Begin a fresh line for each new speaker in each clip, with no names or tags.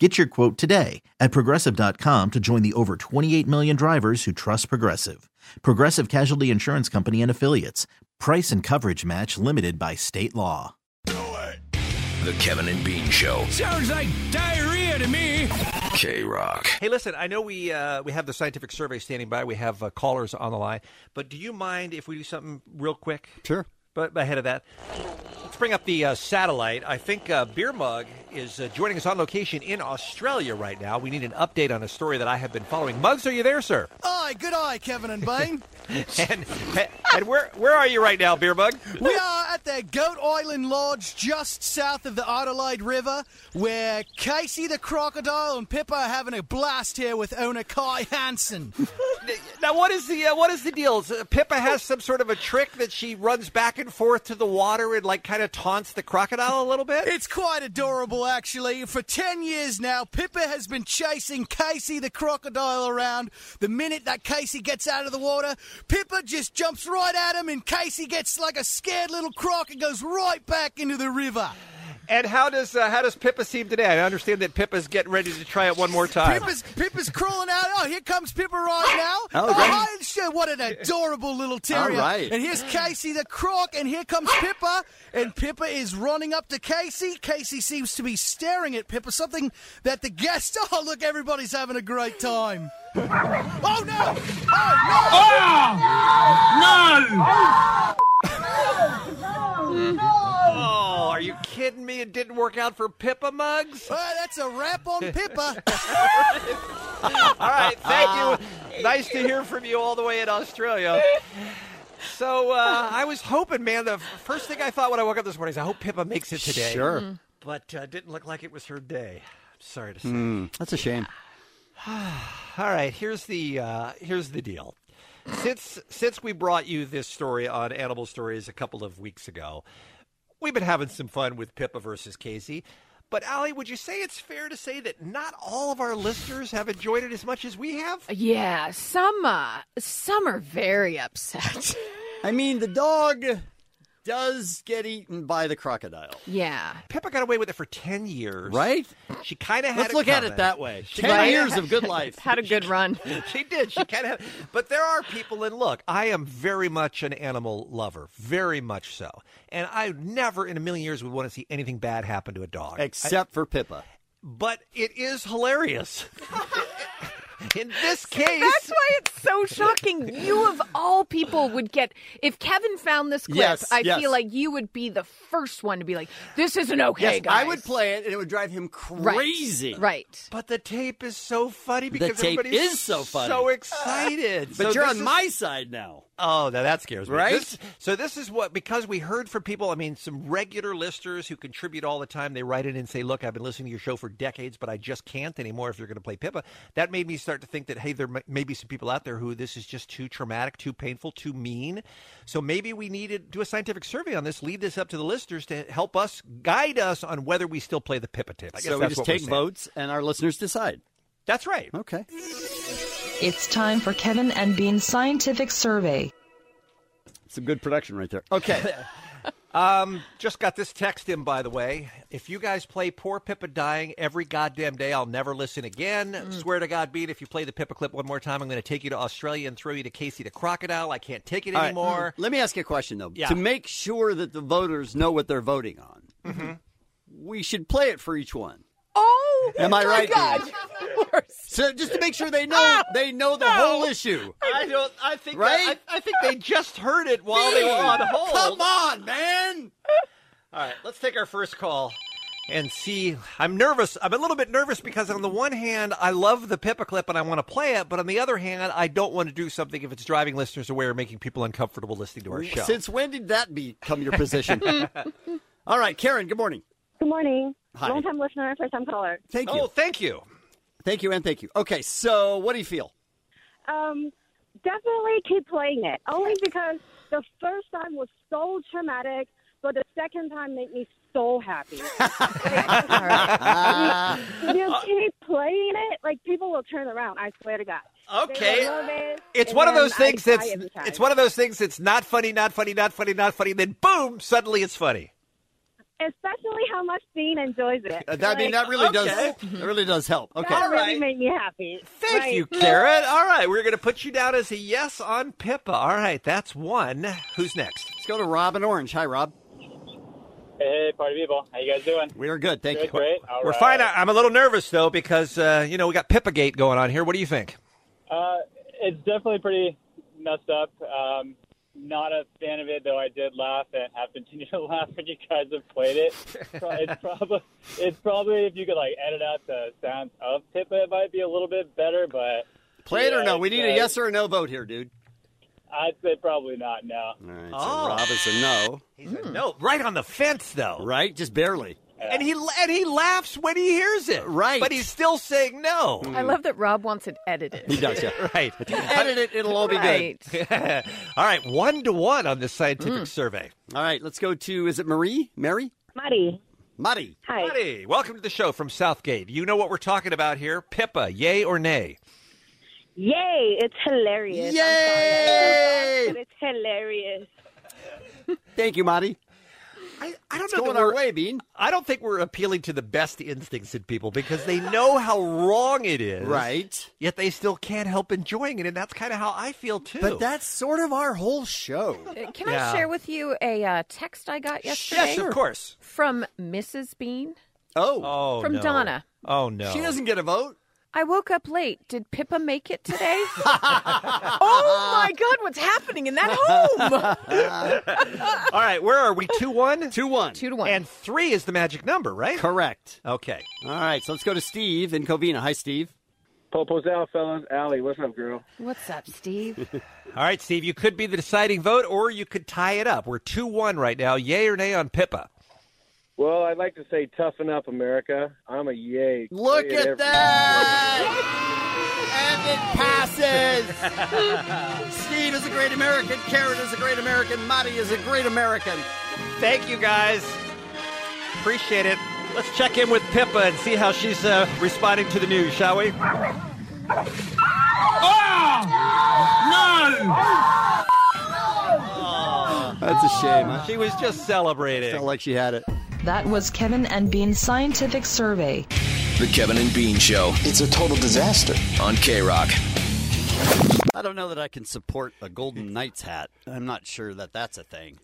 Get your quote today at progressive.com to join the over 28 million drivers who trust Progressive. Progressive Casualty Insurance Company and Affiliates. Price and coverage match limited by state law.
The Kevin and Bean Show.
Sounds like diarrhea to me.
K Rock.
Hey, listen, I know we uh, we have the scientific survey standing by. We have uh, callers on the line, but do you mind if we do something real quick?
Sure.
But ahead of that, let's bring up the uh, satellite. I think uh, Beer Mug is uh, joining us on location in Australia right now. We need an update on a story that I have been following. Mugs, are you there, sir?
Aye, good eye, Kevin and Bain.
And and where where are you right now, Beer Mug?
we are at the Goat Island Lodge, just south of the Adelaide River, where Casey the crocodile and Pippa are having a blast here with owner Kai Hansen.
Now, what is the uh, what is the deal? Is, uh, Pippa has some sort of a trick that she runs back and forth to the water and like kind of taunts the crocodile a little bit.
It's quite adorable, actually. For 10 years now, Pippa has been chasing Casey the crocodile around. The minute that Casey gets out of the water, Pippa just jumps right at him, and Casey gets like a scared little croc and goes right back into the river.
And how does uh, how does Pippa seem today? I understand that Pippa's getting ready to try it one more time.
Pippa's, Pippa's crawling out. Oh, here comes Pippa right now. Oh, hi, sure, what an adorable little terrier.
All right.
And here's Casey the croc, and here comes Pippa. And Pippa is running up to Casey. Casey seems to be staring at Pippa, something that the guests. Oh, look, everybody's having a great time. Oh, no! Oh, no!
Ah!
oh, are you kidding me? It didn't work out for Pippa Mugs.
Uh, that's a wrap on Pippa.
All right, thank you. Nice to hear from you all the way in Australia. So uh, I was hoping, man. The first thing I thought when I woke up this morning is, I hope Pippa makes it today.
Sure.
But uh, didn't look like it was her day. Sorry to say.
Hmm. That's a shame.
All right, here's the uh, here's the deal. Since since we brought you this story on Animal Stories a couple of weeks ago, we've been having some fun with Pippa versus Casey. But Allie, would you say it's fair to say that not all of our listeners have enjoyed it as much as we have?
Uh,
Yeah, some uh, some are very upset.
I mean, the dog does get eaten by the crocodile.
yeah,
Pippa got away with it for ten years,
Right?
She kind of had.
Let's look at it
coming.
that way. Ten
Right.
years of good life.
had a good run.
she did. She kind of. But there are people, and look, I am very much an animal lover, very much so, and I never in a million years would want to see anything bad happen to a dog.
Except for Pippa.
but it is hilarious. In this case,
That's why it's so shocking. You of all people would get if Kevin found this clip.
Yes,
I
yes.
feel like you would be the first one to be like, "This isn't okay,
yes,
guys."
I would play it and it would drive him
Right,
crazy.
Right.
but the tape is so funny
The
because
tape
everybody's
is so funny.
so excited.
But
So
you're
this
on
is-
my side now.
Oh, now that scares me.
Right?
This- so this is what because we heard from people. I mean, some regular listeners who contribute all the time. They write in and say, "Look, I've been listening to your show for decades, but I just can't anymore." If you're going to play Pippa, that made me start to think that hey, there may, may be some people out there who this is just too traumatic, too painful, too mean. So maybe we need to do a scientific survey on this. Leave this up to the listeners to help us guide us on whether we still play the Pippa tip. I guess
So we
that's
just
what we're
take
saying.
votes and our listeners decide.
That's right.
Okay.
It's time for Kevin and Bean's scientific survey.
It's a good production right there. Okay.
Um, Just got this text in, by the way. If you guys play Poor Pippa Dying every goddamn day, I'll never listen again.
Mm.
Swear to God, Bean, if you play the Pippa clip one more time, I'm going to take you to Australia and throw you to Casey the Crocodile. I can't take it
All right. Mm.
anymore.
Let me ask you a question, though.
Yeah.
To make sure that the voters know what they're voting on,
Mm-hmm.
we should play it for each one.
Oh,
Am I
my
right,
God.
Dean? So just to make sure they
Ah!
know they know the whole issue.
I don't. I think.
Right?
I, I think they just heard it while they were on hold.
Come on, man.
All right, let's take our first call and see. I'm nervous. I'm a little bit nervous because on the one hand, I love the Pippa clip and I want to play it, but on the other hand, I don't want to do something if it's driving listeners away or making people uncomfortable listening to our show.
Since when did that become your position? All right, Karen, good morning.
Good morning.
Hi.
Long time listener, first time caller.
Thank you.
oh, thank you.
Thank you and thank you. Okay, so what do you feel?
Um, definitely keep playing it, only because The first time was so traumatic, but the second time made me so happy. Like, you keep playing it, like people will turn around. I swear to God. They
Okay.
will love it,
It's
and
one of
then
those
I
things
die
that's
every time.
it's one of those things that's not funny, not funny, not funny, not funny. Then boom, suddenly it's funny.
especially how much Dean enjoys it.
Uh, that- I mean, that really does that really does help. Okay.
That really
right.
made me happy.
Thank
Right.
you, Carrot. All right, we're going to put you down as a yes on Pippa. All right, that's one. Who's next?
Let's go to Rob and Orange. Hi, Rob.
Hey, party people. How you guys doing?
We are good. Thank
Good,
you.
great. All
We're
right.
fine. I- I'm a little nervous though because uh, you know we got Pippa Gate going on here. What do you think?
Uh, it's definitely pretty messed up. Um, not a fan of it, though. I did laugh and have continued to laugh when you guys have played it. So it's probably it's probably if you could like edit out the sounds of Pippa, it might be a little bit better. But
Play it or no? We need a
Yeah,
yes or a no vote here, dude.
I'd say probably not. No.
All right. So
Oh.
Rob is a no.
He said no, right on the fence though.
Right? Just barely.
And he and he laughs when he hears it.
Right.
But he's still saying no.
I love that Rob wants it edited.
He does. Yeah.
Right.
Edit it. It'll all be
right.
All right, one to one on this scientific
Mm.
survey.
good. All right. Let's go to. Is it Marie? Mary?
Maddie.
Mari.
Hi.
Buddy, welcome to the show from Southgate. You know what we're talking about here. Pippa, yay or nay?
Yay! It's hilarious. I'm sorry,
Yay!
but it's hilarious.
Thank you, Mari.
I, I don't
It's going our way, Bean.
I don't think we're appealing to the best instincts in people because they know how wrong it is.
Right.
Yet they still can't help enjoying it, and that's kind of how I feel too.
But that's sort of our whole show.
Uh, Can
Yeah.
I share with you a uh, text I got yesterday
yes, of course.
from Mrs. Bean?
Oh,
Oh,
From
no.
Donna.
Oh no,
she doesn't get a vote.
I woke up late. Did Pippa make it today? oh my God, what's happening in that home?
All right, where are we? Two one,
Two one.
Two to one.
and three is the magic number, right?
Correct.
Okay.
All right. So let's go to Steve in Covina. Hi, Steve.
Popo's out, fellas. Allie, what's up, girl?
what's up, Steve?
All right, Steve, you could be the deciding vote, or you could tie it up. We're two one right now. Yay or nay on Pippa?
Well, I'd like to say toughen up, America. I'm a yay.
Look at that! And it passes! Steve is a great American. Karen is a great American. Marty is a great American.
Thank you guys. Appreciate it. Let's check in with Pippa and see how she's uh, responding to the news, shall we?
Ah!
That's a shame. I
She was just celebrating.
felt like she had it.
That was Kevin and Bean's scientific survey.
The Kevin and Bean Show
It's a total disaster.
on K Rock.
I don't know that I can support a Golden Knights hat. I'm not sure that that's a thing.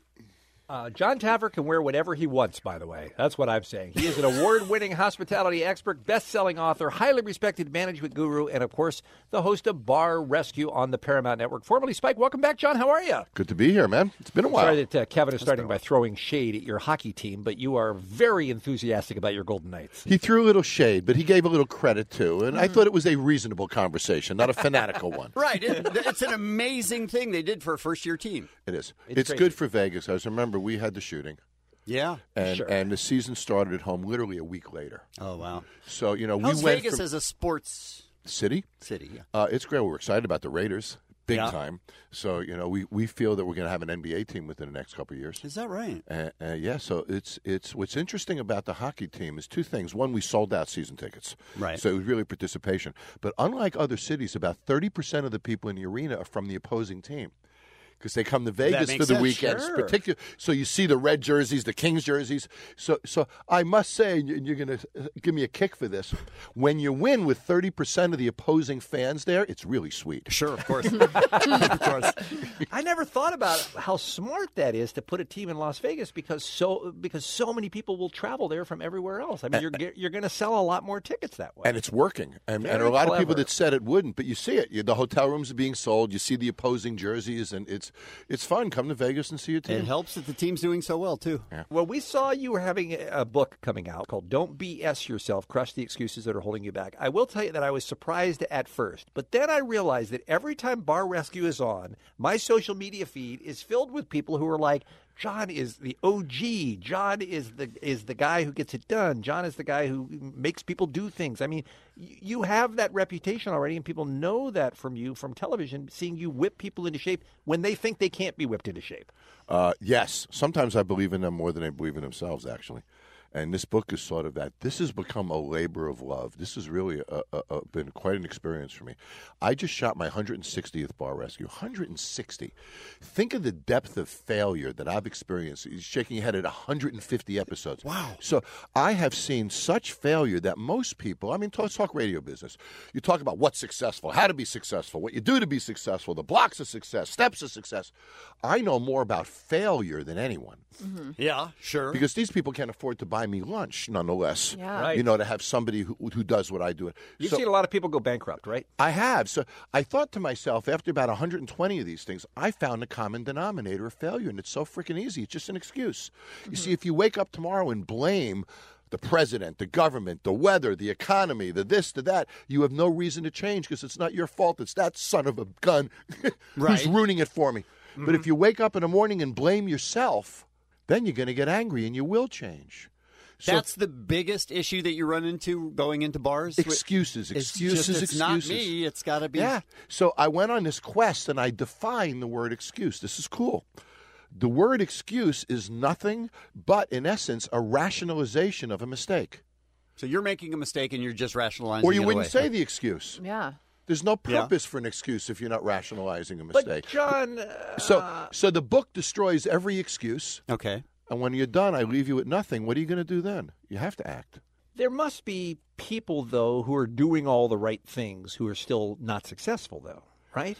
Uh, John Taffer can wear whatever he wants, by the way. That's what I'm saying. He is an award winning hospitality expert, best selling author, highly respected management guru, and of course, the host of Bar Rescue on the Paramount Network. Formerly Spike, welcome back, John. How are you?
Good to be here, man. It's been a while.
Sorry that uh, Kevin is starting by throwing shade at your hockey team, but you are very enthusiastic about your Golden Knights.
He threw a little shade, but he gave a little credit too, and I
Mm.
thought it was a reasonable conversation, not a fanatical one.
Right. It, it's an amazing thing they did for a first year team.
It is.
It's
It's,
crazy.
good for Vegas. I was remember we had the shooting,
Yeah.
and
Sure.
and the season started at home literally a week later.
Oh, wow.
So you know we
How's
went
Vegas
from
as a sports
city.
city? Yeah.
Uh, it's great. We're excited about the Raiders, big
Yeah.
time. So you know we, we feel that we're going to have an NBA team within the next couple of years.
Is that right?
Uh, uh, yeah, so it's it's what's interesting about the hockey team is two things. One, we sold out season tickets,
Right.
So it was really participation. But unlike other cities, about thirty percent of the people in the arena are from the opposing team because they come to Vegas
makes
for the
sense,
weekends,
sure.
particular. So you see the red jerseys, the Kings jerseys. So so I must say, and you- and you're going to give me a kick for this. When you win with thirty percent of the opposing fans there, it's really sweet.
Sure, of course. of course.
I never thought about how smart that is to put a team in Las Vegas because so because so many people will travel there from everywhere else. I mean, you're ge- you're going to sell a lot more tickets that way.
And it's working. And, and there are
Very
a lot of people
clever.
that said it wouldn't, but you see it. You, the hotel rooms are being sold. You see the opposing jerseys, and it's it's fun. Come to Vegas and see your
It
team.
helps that the team's doing so well, too.
Well, we saw you were having a book coming out called Don't BS Yourself Crush the Excuses That Are Holding You Back. I will tell you that I was surprised at first, but then I realized that every time Bar Rescue is on, my social media feed is filled with people who are like, John is the OG. John is the is the guy who gets it done. John is the guy who makes people do things. I mean, y- you have that reputation already, and people know that from you from television, seeing you whip people into shape when they think they can't be whipped into shape.
Uh, yes, sometimes I believe in them more than I believe in themselves, actually. And this book is sort of that. This has become a labor of love. This has really uh uh uh been quite an experience for me. I just shot my 160th bar rescue. 160. Think of the depth of failure that I've experienced. You're shaking your head at 150 episodes. Wow. So I have seen such failure that most people, I mean, let's talk radio business. You talk about what's successful, how to be successful, what you do to be successful, the blocks of success, steps of success. I know more about failure than anyone.
Mm-hmm. Yeah, sure.
Because these people can't afford to buy me lunch, nonetheless.
Yeah. Right.
You know, to have somebody who, who does what I do.
You've seen a lot of people go bankrupt, right?
I have. So I thought to myself, after about 120 of these things, I found a common denominator of failure, and it's so freaking easy. It's just an excuse. You
Mm-hmm.
see, if you wake up tomorrow and blame the president, the government, the weather, the economy, the this, the that, you have no reason to change because it's not your fault. It's that son of a gun
Right.
who's ruining it for me. But
Mm-hmm.
if you wake up in the morning and blame yourself, then you're going to get angry and you will change. So-
That's the biggest issue that you run into going into bars.
Excuses,
It's just,
excuses,
it's not
excuses.
me. It's got to be.
Yeah. So I went on this quest and I defined the word excuse. This is cool. The word excuse is nothing but, in essence, a rationalization of a mistake.
So you're making a mistake and you're just rationalizing.
Or you
it
wouldn't
away.
say the excuse.
Yeah.
There's no
Yeah.
purpose for an excuse if you're not rationalizing a
But
mistake.
John, uh,
so, so the book destroys every excuse.
Okay.
And when you're done, I leave you with nothing. What are you going to do then? You have to act.
There must be people though who are doing all the right things who are still not successful though, right?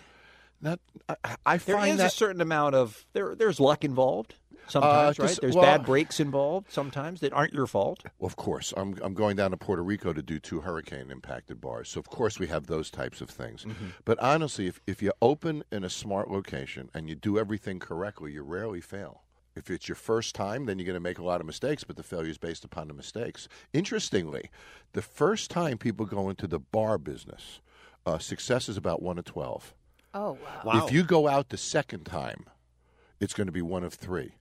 Not, I, I
There
find
is a
that-
certain amount of there. There's luck involved sometimes,
Uh,
right?
this-
There's
well-
bad breaks involved sometimes that aren't your fault.
Well, of course, I'm I'm going down to Puerto Rico to do two hurricane impacted bars, so of course we have those types of things.
Mm-hmm.
But honestly, if if you open in a smart location and you do everything correctly, you rarely fail. If it's your first time, then you're going to make a lot of mistakes, but the failure is based upon the mistakes. Interestingly, the first time people go into the bar business, uh, success is about one to twelve.
Oh,
If you go out the second time, it's going to be one of three.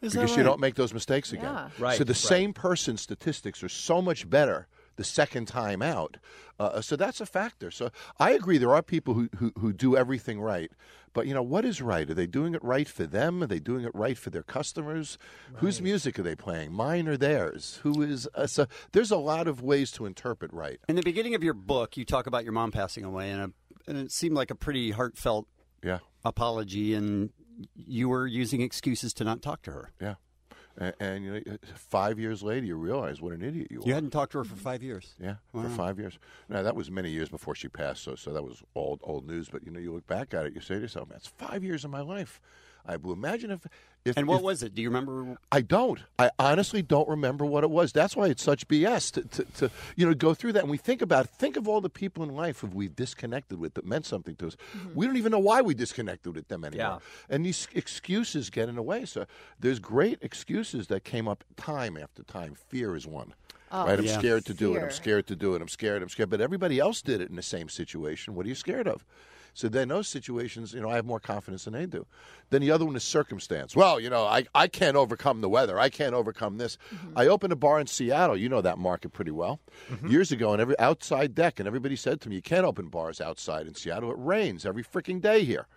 Is that
because you
right?
don't make those mistakes again.
Yeah.
Right,
So the
right.
same person's statistics are so much better the second time out. Uh, so that's a factor. So I agree there are people who, who, who do everything right. But, you know, what is right? Are they doing it right for them? Are they doing it right for their customers? Whose music are they playing? Mine or theirs? Who is... Uh, so there's a lot of ways to interpret right.
In the beginning of your book, you talk about your mom passing away, and a, and it seemed like a pretty heartfelt
Yeah.
apology, and you were using excuses to not talk to her.
Yeah. And, and you know, five years later, you realize what an idiot you are.
You hadn't talked to her for five years.
Yeah, for five years. Now that was many years before she passed, so so that was old old news. But you know, you look back at it, you say to yourself, "That's five years of my life." I will imagine if if
And what
if-
was it? Do you remember?
I don't. I honestly don't remember what it was. That's why it's such BS to, to, to you know go through that. And we think about think of all the people in life who we've disconnected with that meant something to us.
Mm-hmm.
We don't even know why we disconnected with them anymore. And these excuses get in the way. So there's great excuses that came up time after time. Fear is one.
Oh,
right, I'm
Yeah.
scared to do it.
fear.
I'm scared to do it. I'm scared. I'm scared. But everybody else did it in the same situation. What are you scared of? So then those situations, you know, I have more confidence than they do. Then the other one is circumstance. Well, you know, I, I can't overcome the weather. I can't overcome this. I opened a bar in Seattle. You know that market pretty well. Years ago, and every outside deck, and everybody said to me, "You can't open bars outside in Seattle. It rains every freaking day here."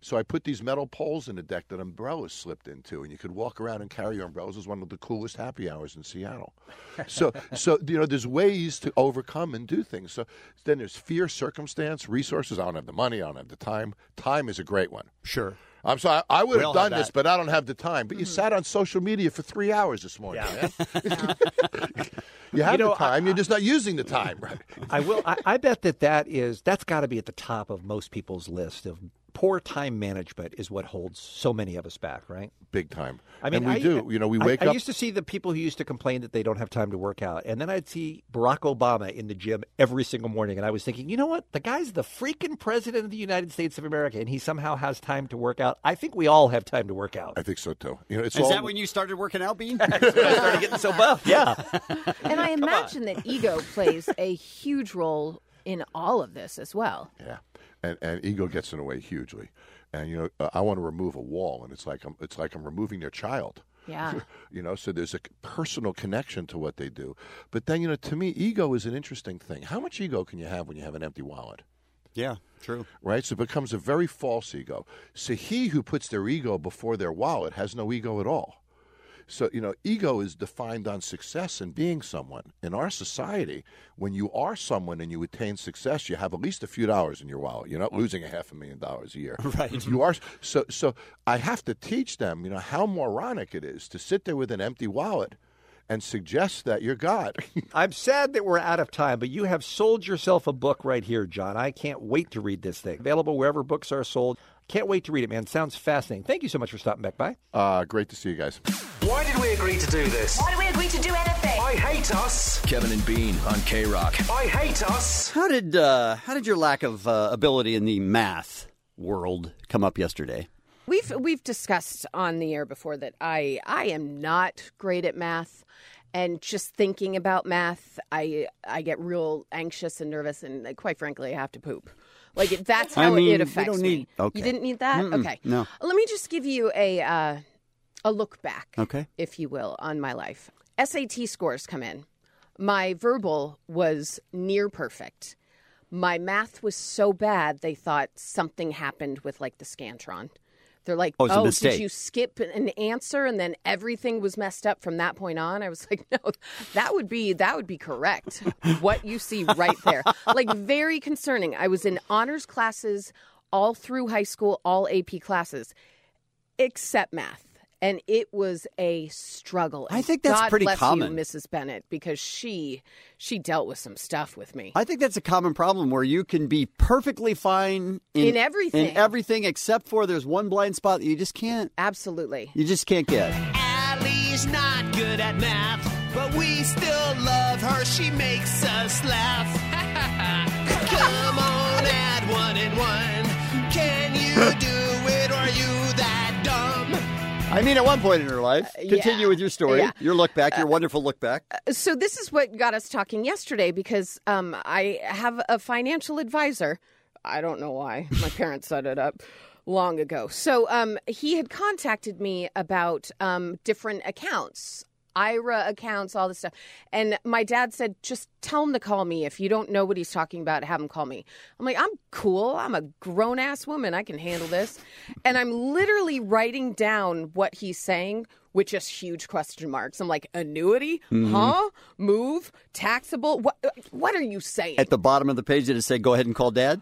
So I put these metal poles in the deck that umbrellas slipped into, and you could walk around and carry your umbrellas. It was one of the coolest happy hours in Seattle. So, so you know, there's ways to overcome and do things. So then there's fear, circumstance, resources. I don't have the money. I don't have the time. Time is a great one.
Sure.
I'm sorry. I
We
would have
all have
done this,
that. Mm-hmm.
but I don't have the time. But you sat on social media for three hours this morning. yeah? you have
know,
the time. You're just not using the time, right?
I will. I, I bet that that is that's got to be at the top of most people's list of poor time management is what holds so many of us back, right?
Big time.
I mean,
and we
I-
do. You know, we
I-
wake
I
up.
used to see the people who used to complain that they don't have time to work out, and then I'd see Barack Obama in the gym every single morning, and I was thinking, you know what? The guy's the freaking president of the United States of America, and he somehow has time to work out. I think we all have time to work out.
I think so too. You know, it's
Is
all,
that when you started working out, Bean?
I started getting so buff. Yeah.
And I imagine that ego plays a huge role in all of this as well.
Yeah, and and ego gets in the way hugely, and you know uh, I want to remove a wall, and it's like I'm, it's like I'm removing their child.
Yeah.
you know, so there's a c- personal connection to what they do. But then you know, to me, ego is an interesting thing. How much ego can you have when you have an empty wallet?
Yeah, true.
Right, so it becomes a very false ego. So he who puts their ego before their wallet has no ego at all. So, you know, ego is defined on success and being someone. In our society, when you are someone and you attain success, you have at least a few dollars in your wallet. You're not losing a half a million dollars a year. Right. You are so so I have to teach them, you know, how moronic it is to sit there with an empty wallet and suggest that you're God.
I'm sad that we're out of time, but you have sold yourself a book right here, John. I can't wait to read this thing. Available wherever books are sold. Can't wait to read it, man. Sounds fascinating. Thank you so much for stopping back by.
Uh, great to see you guys.
Why did we agree to do this?
Why do we agree to do anything? I hate us.
Kevin and Bean on K Rock.
I hate us.
How did uh, how did your lack of uh, ability in the math world come up yesterday?
We've we've discussed on the air before that I I am not great at math and just thinking about math I I get real anxious and nervous and uh, quite frankly I have to poop. Like it- that's
I
how
mean,
it
we
affects
don't
me.
need- okay.
You didn't need that?
Mm-mm,
okay.
no.
Let me just give you a uh, a look back
Okay.
if you will, on my life. SAT scores come in. My verbal was near perfect. My math was so bad they thought something happened with like the Scantron. They're like,
Oh, it's a
did
mistake."
you skip an answer and then everything was messed up from that point on? I was like, no, that would be that would be correct. what you see right there, like very concerning. I was in honors classes all through high school, all AP classes except math. And it was a struggle.
I
And
think that's
God
pretty
bless
common.
you, Mrs. Bennett, because she she dealt with some stuff with me.
I think that's a common problem where you can be perfectly fine
In everything.
in everything except for there's one blind spot that you just can't
Absolutely.
you just can't get.
Allie's not good at math, but we still love her. She makes us laugh. Come on, add one and one. Can you do it? Or are you that dumb?
I mean, at one point in her life, continue with your story,
Uh, Yeah. Uh,
your look back, your wonderful look back.
So this is what got us talking yesterday because um, I have a financial advisor. I don't know why. My parents set it up long ago. So um, he had contacted me about um, different accounts. IRA accounts, all this stuff. And my dad said, just tell him to call me. If you don't know what he's talking about, have him call me. I'm like, I'm cool. I'm a grown ass woman. I can handle this. And I'm literally writing down what he's saying with just huge question marks. I'm like, annuity?
Mhm.
Huh? Move? Taxable? What, uh, what are you saying?
At the bottom of the page, it just said, "Go ahead and call Dad."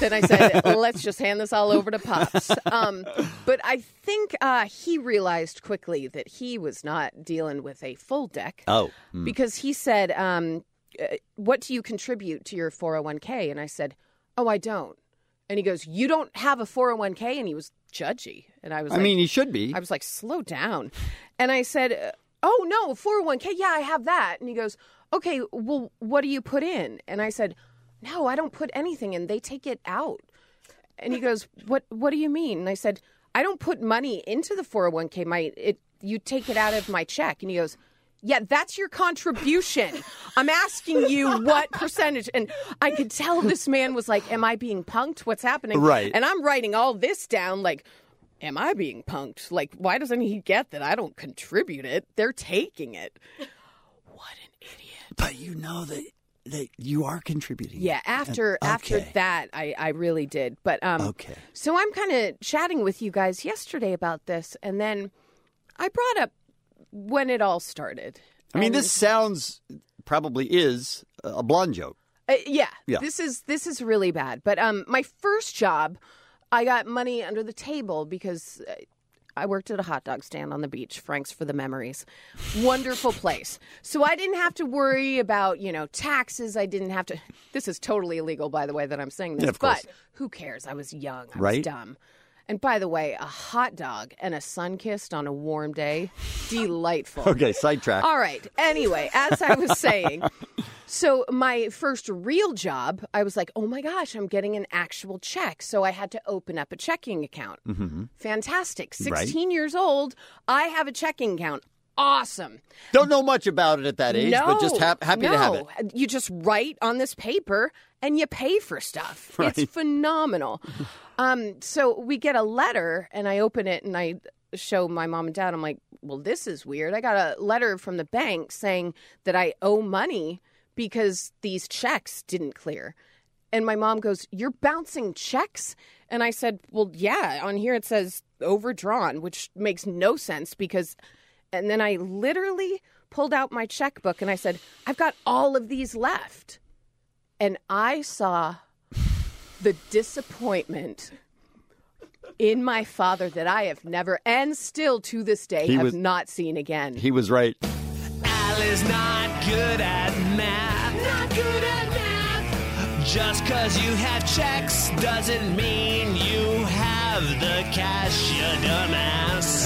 then I said, let's just hand this all over to Pops. Um, but I think uh, he realized quickly that he was not dealing with a full deck
Oh, mm.
because he said, um, uh, What do you contribute to your 401k? And I said, Oh, I don't. And he goes, You don't have a 401k? And he was judgy. And I was
I
like,
mean, he should be.
I was like, Slow down. And I said, uh, Oh, no, 401k. Yeah, I have that. And he goes, Okay, well, what do you put in? And I said, No, I don't put anything in. They take it out. And he goes, "What? What do you mean?" And I said, "I don't put money into the 401k. My it, you take it out of my check." And he goes, "Yeah, that's your contribution. I'm asking you what percentage." And I could tell this man was like, "Am I being punked? What's happening?"
Right.
And I'm writing all this down, like. Am I being punked? Like, why doesn't he get that I don't contribute it? They're taking it.
but Uh, you know that that you are contributing. Uh,
Yeah, after after
Okay.
that, I I really did. But um,
Okay.
So I'm kind of chatting with you guys yesterday about this, and then I brought up when it all started.
I mean,
And-
this sounds probably is a blonde joke.
Uh, yeah,
Yeah.
This is this is really bad. But um, my first job, I got money under the table because uh, I worked at a hot dog stand on the beach. Frank's for the memories. Wonderful place. So I didn't have to worry about you know taxes. I didn't have to. This is totally illegal, by the way, that I'm saying this.
Yeah, of course.
But who cares? I was young. I
Right.
was dumb. And by the way, a hot dog and a sun kissed on a warm day, delightful.
Okay, sidetrack.
All right. Anyway, as I was saying, so my first real job, I was like, oh my gosh, I'm getting an actual check. So I had to open up a checking account.
Mm-hmm.
Fantastic.
Right.
16 years old, I have a checking account. Awesome.
Don't know much about it at that age, but just hap- happy to have it.
no. You just write on this paper and you pay for stuff.
Right.
It's phenomenal. Um, so we get a letter, and I open it, and I show my mom and dad. I'm like, "Well, this is weird. I got a letter from the bank saying that I owe money because these checks didn't clear." And my mom goes, "You're bouncing checks?" And I said, "Well, yeah. On here it says overdrawn, which makes no sense because." And then I literally pulled out my checkbook and I said, "I've got all of these left," and I saw the disappointment in my father that I have never and still to this day
He
have
was-
not seen again.
He was right.
Al is not good at math. Not good at math. Just cause you have checks doesn't mean you have the cash, you dumbass.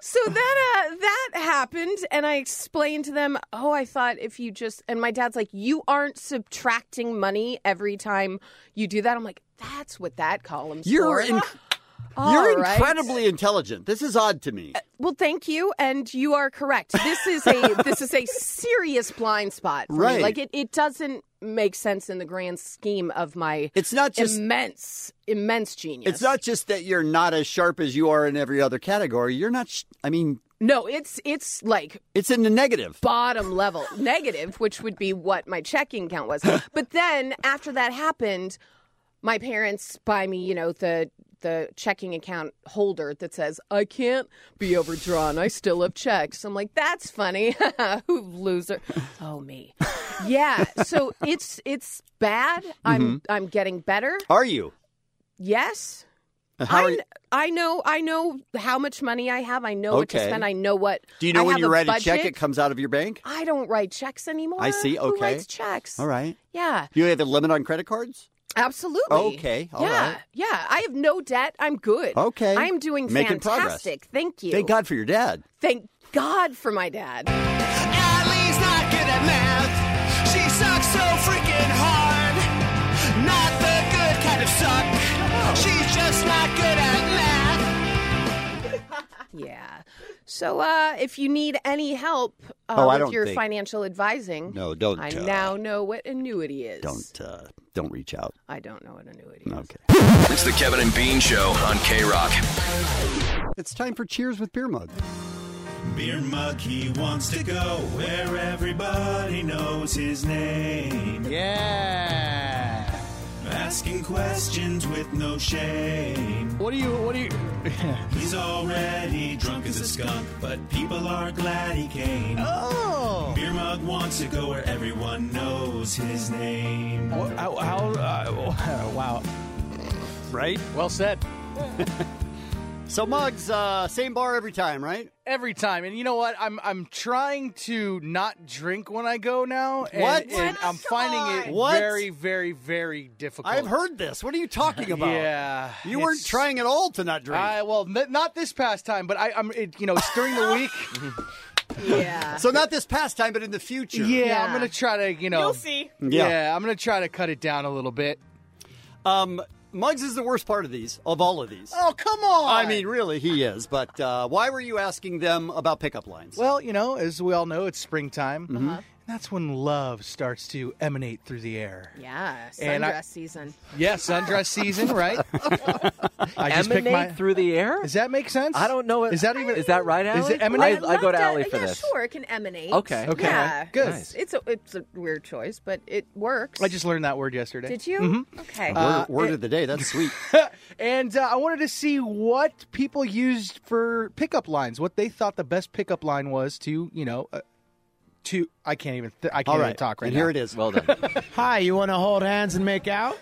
so that uh, that happened, and I explained to them, "Oh, I thought if you just..." And my dad's like, "You aren't subtracting money every time you do that." I'm like, "That's what that column's
You're
for."
in-
All
You're
right. Uh,
incredibly intelligent. This is odd to me.
Well, thank you, and you are correct. This is a this is a serious blind spot. For
Right.
Me. Like it, it doesn't make sense in the grand scheme of my.
It's not just-
immense, immense genius.
It's not just that you're not as sharp as you are in every other category. You're not. Sh- I mean,
No, it's it's like
it's in the negative.
bottom level negative, which would be what my checking account was. But then after that happened, my parents buy me, you know, the the checking account holder that says I can't be overdrawn. I still have checks. I'm like, that's funny. Who loser? Oh me. Yeah. So it's it's bad. I'm I'm getting better.
Mm-hmm. Are you?
Yes.
How are
I,
you-
I know I know how much money I have. I know what to
Okay.
spend. I know what.
Do you know
I
when
have
you
a
write
budget.
a check, it comes out of your bank?
I don't write checks anymore.
I see. Okay.
Who writes checks?
All right.
Yeah.
You have a limit on credit cards?
Absolutely.
Okay, all
yeah.
right.
Yeah. I have no debt. I'm good.
Okay.
I'm doing
Making progress.
fantastic. Thank you.
Thank God for your dad.
Thank God for my dad.
Allie's not good at math. She sucks so freaking hard. Not the good kind of suck. She's just not good at math.
Yeah. So uh, if you need any help uh,
Oh, I
with
don't
your
think-
financial advising,
No, don't,
I
uh,
now know what annuity is.
Don't uh, don't reach out.
I don't know what annuity
Okay.
It's the Kevin and Bean Show on K Rock.
It's time for Cheers with Beer Mug.
Beer mug, he wants to go where everybody knows his name. Yeah. Asking questions with no shame. What do you? What do you? He's already drunk as a skunk, but people are glad he came. Oh. Beer mug wants to go where everyone knows his name.
How? how uh, wow.
Right?
Well said.
so mugs, uh, same bar every time, right?
Every time, and you know what? I'm I'm trying to not drink when I go now. And,
What?
and I'm finding it
What?
very, very, very difficult.
I've heard this. What are you talking about?
Yeah,
You weren't trying at all to not drink.
I, well, n- not this past time, but I, I'm. It, you know, it's during the week.
yeah.
So not this past time, but in the future.
Yeah, I'm gonna try to. You know,
You'll see.
Yeah.
Yeah.
I'm gonna try to cut it down a little bit.
Um, Muggs is the worst part of these, of all of these.
Oh come on!
I mean, really, he is. But uh, why were you asking them about pickup lines?
Well, you know, as we all know, it's springtime,
Mm-hmm.
Mhm. Uh-huh.
and that's when love starts to emanate through the air.
Yeah.
And I-
Sundress season.
Yeah, sundress season, right? I just picked
Emanate
my-
through the air.
Does that make sense?
I don't know.
Is that even
is that right, Allie?
Is it emanate?
I, I go to
Yeah,
Allie for
yeah,
this.
sure, it can emanate.
Okay. Okay.
Yeah.
Good.
It's, it's a it's a weird choice, but it works.
I just learned that word yesterday.
Did you?
Mhm.
Okay.
A word- Uh, word it-
of the day. That's sweet.
And uh, I wanted to see what people used for pickup lines, what they thought the best pickup line was to, you know, uh, to I can't even th- I can't
All
even
right,
talk right
and
now.
here it is. Well done.
Hi, you want to hold
hands and make out?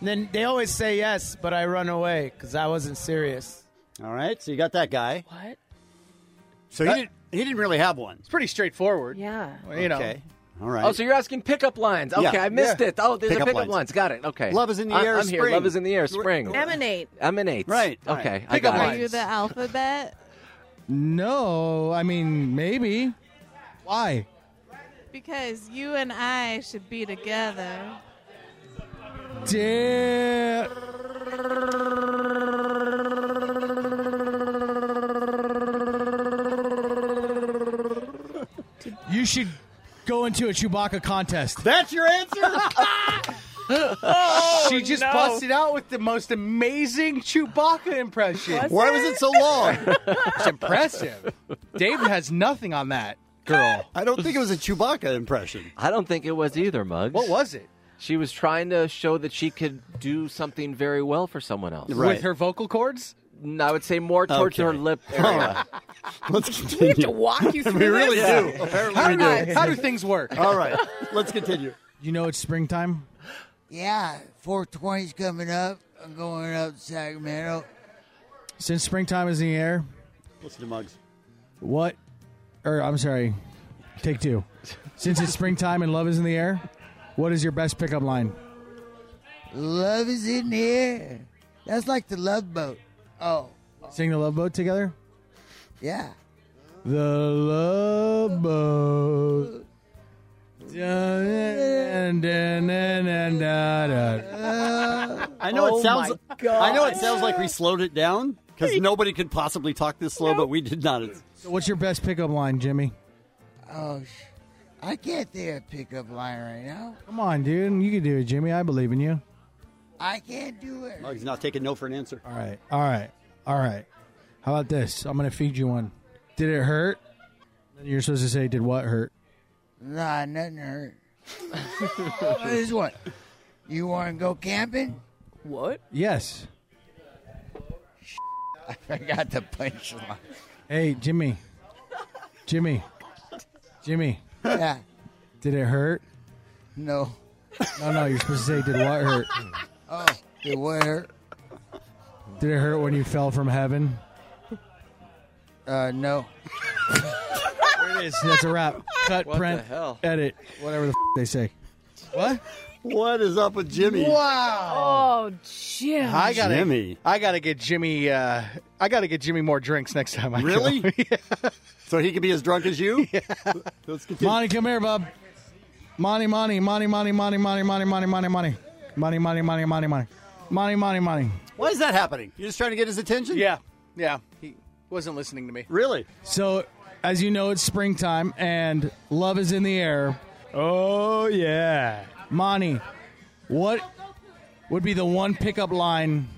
And then they always say yes, but I run away because I wasn't serious.
All right, so you got that guy. Uh,
What?
So he, didn't, he didn't really have one. It's
pretty straightforward.
Yeah.
You know. Okay. All right.
Oh, so you're asking pickup lines? Okay,
Yeah.
I missed
Yeah.
it. Oh, there's
Pickup
a pickup
lines.
lines. Got it. Okay.
Love is in the
I'm-
air,
I'm here.
spring.
Love is in the air. Spring.
Emanate.
Emanates.
Right. All right.
Okay. I
Pickup
got
Are
it.
you the alphabet?
No, I mean maybe. Why?
Because you and I should be together.
Dear.
You should go into a Chewbacca contest.
That's your answer?
she just
no.
busted out with the most amazing Chewbacca impression.
Was Why was it? it so
long? it's impressive. David has nothing on that girl.
I don't think it was a Chewbacca impression.
I don't think it was either, Muggs. What
was it?
She was trying to show that she could do something very well for someone else.
With her vocal cords?
No, Mm, I would say more towards her lip area.
Let's continue.
have to walk you through
We really
this?
do.
Yeah.
Apparently
How
we
do-
do.
how do things work?
All right. Let's continue.
You know it's springtime?
Yeah, 420's coming up. I'm going up to Sacramento.
Since springtime is in the air,
Listen to Muggs.
What? Or I'm sorry. Take two. Since it's springtime and love is in the air, what is your best pickup line?
Love is in the air. That's like the love boat. Oh,
Sing the love boat together.
yeah.
The love boat.
I
Oh
know it sounds. I know it sounds like we slowed it down because nobody could possibly talk this slow, but we did not.
So what's your best pickup line, Jimmy?
Oh, sh- I can't think of a pickup line right now.
Come on, dude. You can do it, Jimmy. I believe in you.
I can't do it.
Muggs not taking no for an answer.
All right. All right. All right. How about this? I'm going to feed you one. Did it hurt? Then You're supposed to say, did what hurt?
Nah, nothing hurt. this is what? You want to go camping?
What?
Yes.
I forgot the punchline.
Hey, Jimmy. Jimmy. Jimmy.
Yeah.
Did it hurt?
No.
No, no. You're supposed to say, did what hurt?
Oh, did what hurt?
Did it hurt when you fell from heaven?
Uh, no.
There it is. That's a wrap. Cut,
What the
print,
hell?
edit, whatever the f- they say. What?
What is up with Jimmy?
Wow.
Oh, Jim.
I gotta,
Jimmy.
I gotta get Jimmy. Uh, I gotta get Jimmy more drinks next time. I go.
Really? So he could be as drunk as you? Let's continue.
Monty, come here, bub. Monty, Monty, Monty, Monty, Monty, Monty, Monty, Monty, Monty, Monty, Monty, Monty, Monty, Monty, Monty, Monty, Monty, Monty.
Why is that happening? You're just trying to get his attention?
Yeah. Yeah. He wasn't listening to me.
Really?
So, as you know, it's springtime and love is in the air. Oh yeah, Monty, what would be the one pickup line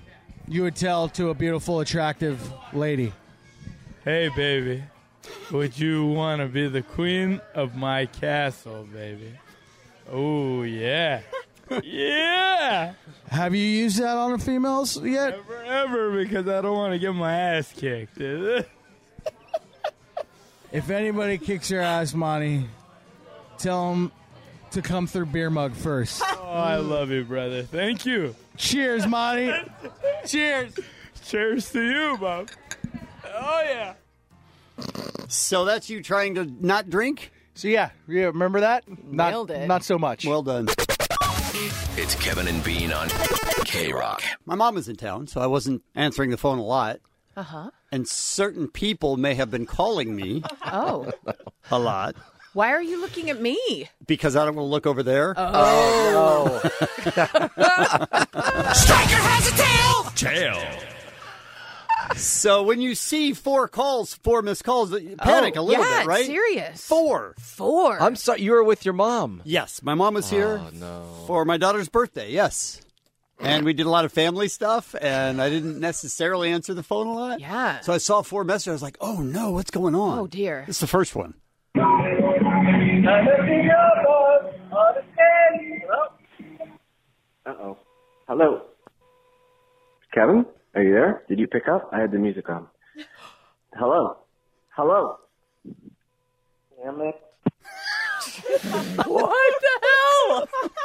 you would tell to a beautiful, attractive lady?
Hey, baby, would you want to be the queen of my castle, baby? Oh, yeah. yeah!
Have you used that on the females yet?
Never ever because I don't want to get my ass kicked.
If anybody kicks your ass, Monty, tell them to come through beer mug first.
Oh, I love you, brother. Thank you.
Cheers, Monty. Cheers.
Cheers to you, Bob. Oh, yeah.
So that's you trying to not drink?
So yeah, yeah remember that? Not,
Nailed it.
Not so much.
Well done.
It's Kevin and Bean on K Rock.
My mom was in town, so I wasn't answering the phone a lot.
Uh huh.
And certain people may have been calling me
Oh.
a lot
Why are you looking at me?
because I don't want to look over there.
Oh.
Oh.
Striker has a tail!
Tail.
So when you see four calls, four missed calls, you panic
Oh,
a little
yeah,
bit, right?
serious.
Four.
Four.
I'm sorry. You were with your mom. Oh,
Yes, my mom was here for my daughter's birthday. Yes. And we did a lot of family stuff, and I didn't necessarily answer the phone a lot.
Yeah.
So I saw four messages. I was like, oh no, what's going on?
Oh, dear.
It's the first one.
Uh oh. Hello. Kevin, are you there? Did you pick up? I had the music on. Hello. Hello. Damn it.
what the